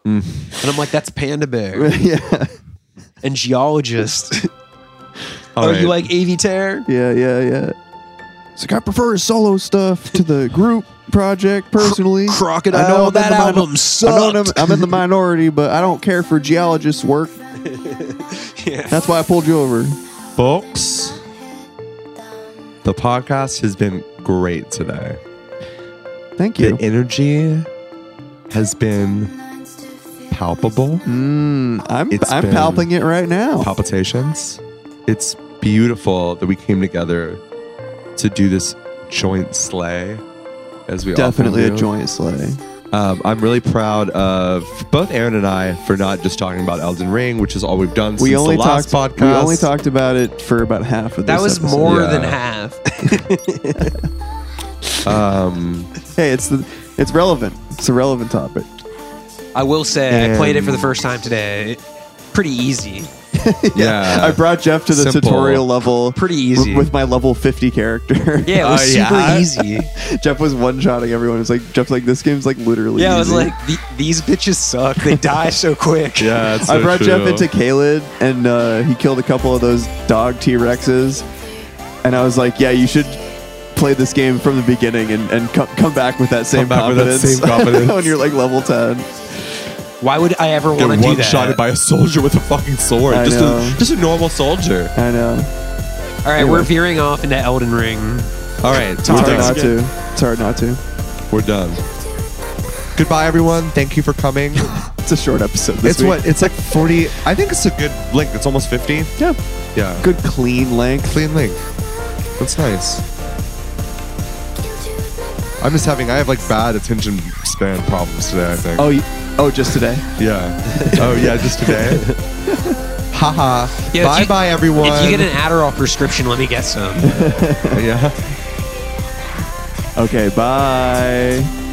Speaker 3: Mm.
Speaker 2: And I'm like, that's panda bear
Speaker 4: yeah,
Speaker 2: and geologist.
Speaker 3: All
Speaker 2: oh,
Speaker 3: right.
Speaker 2: you like AV Tear?
Speaker 4: yeah, yeah, yeah. It's like I prefer his solo stuff to the group project personally.
Speaker 2: Crocodile.
Speaker 4: I know I'm
Speaker 2: that
Speaker 4: in the minor-
Speaker 2: album
Speaker 4: I know I'm,
Speaker 2: sucked.
Speaker 4: I'm in the minority, but I don't care for geologist work.
Speaker 2: yeah.
Speaker 4: That's why I pulled you over.
Speaker 3: folks? The podcast has been great today.
Speaker 4: Thank
Speaker 3: The
Speaker 4: you.
Speaker 3: energy has been palpable.
Speaker 4: Mm, I'm
Speaker 3: It's
Speaker 4: I'm
Speaker 3: been-
Speaker 4: palping it right now.
Speaker 3: Palpitations. It's beautiful that we came together to do this joint sleigh as we often
Speaker 4: Definitely a
Speaker 3: do.
Speaker 4: joint sleigh.
Speaker 3: Um, I'm really proud of both Aaron and I for not just talking about Elden Ring, which is all we've done
Speaker 4: We
Speaker 3: since
Speaker 4: only
Speaker 3: the last
Speaker 4: talked.
Speaker 3: podcast.
Speaker 4: We only talked about it for about half of this.
Speaker 2: That was
Speaker 4: episode.
Speaker 2: more
Speaker 3: Yeah.
Speaker 2: than half.
Speaker 3: Um,
Speaker 4: Hey, it's the, it's relevant. It's a relevant topic.
Speaker 2: I will say, I
Speaker 3: And-
Speaker 2: played it for the first time today. Pretty easy.
Speaker 3: yeah.
Speaker 4: I brought Jeff to the
Speaker 3: Uh, Simple.
Speaker 4: tutorial level
Speaker 2: Pretty easy.
Speaker 4: with my level 50 character.
Speaker 2: Uh, Yeah, it was
Speaker 3: Oh,
Speaker 2: super
Speaker 3: yeah.
Speaker 2: easy.
Speaker 4: Jeff was one-shotting everyone. It was like Jeff's like this game's like literally.
Speaker 2: Yeah, I was
Speaker 4: easy."
Speaker 2: like, "The- these bitches suck. They die so quick.
Speaker 3: yeah, it's
Speaker 4: I
Speaker 3: so
Speaker 4: brought Jeff
Speaker 3: true.
Speaker 4: into Kaled and uh, he killed a couple of those dog T Rexes. And I was like, yeah, you should play this game from the beginning and, and come, come back with that same
Speaker 3: back with that
Speaker 4: confidence.
Speaker 3: same confidence.
Speaker 4: when you're like level 10.
Speaker 2: Why would I ever
Speaker 3: get
Speaker 2: want to do
Speaker 3: one
Speaker 2: that?
Speaker 3: shotted by a soldier with a fucking sword.
Speaker 4: I
Speaker 3: Just
Speaker 4: know.
Speaker 3: a, just a normal soldier.
Speaker 4: I know.
Speaker 2: All right, we're veering off into Elden Ring.
Speaker 3: All right,
Speaker 4: It's
Speaker 3: we're
Speaker 4: hard
Speaker 3: done.
Speaker 4: not to. It's hard not to.
Speaker 3: We're done. Goodbye, everyone. Thank you for coming.
Speaker 4: It's a short episode. This
Speaker 3: it's
Speaker 4: week.
Speaker 3: what? It's like 40. I think it's a good length. It's almost 50.
Speaker 4: Yeah.
Speaker 3: Yeah.
Speaker 4: Good clean length.
Speaker 3: Clean length. That's nice. I'm just having, I have like bad attention span problems today, I think.
Speaker 4: Oh, you, oh, just today.
Speaker 3: Yeah. Oh yeah, just today. Haha.
Speaker 2: Yeah, if
Speaker 3: bye
Speaker 2: you-
Speaker 3: bye everyone.
Speaker 2: If you get an Adderall prescription, let me get some.
Speaker 3: yeah.
Speaker 4: Okay, bye.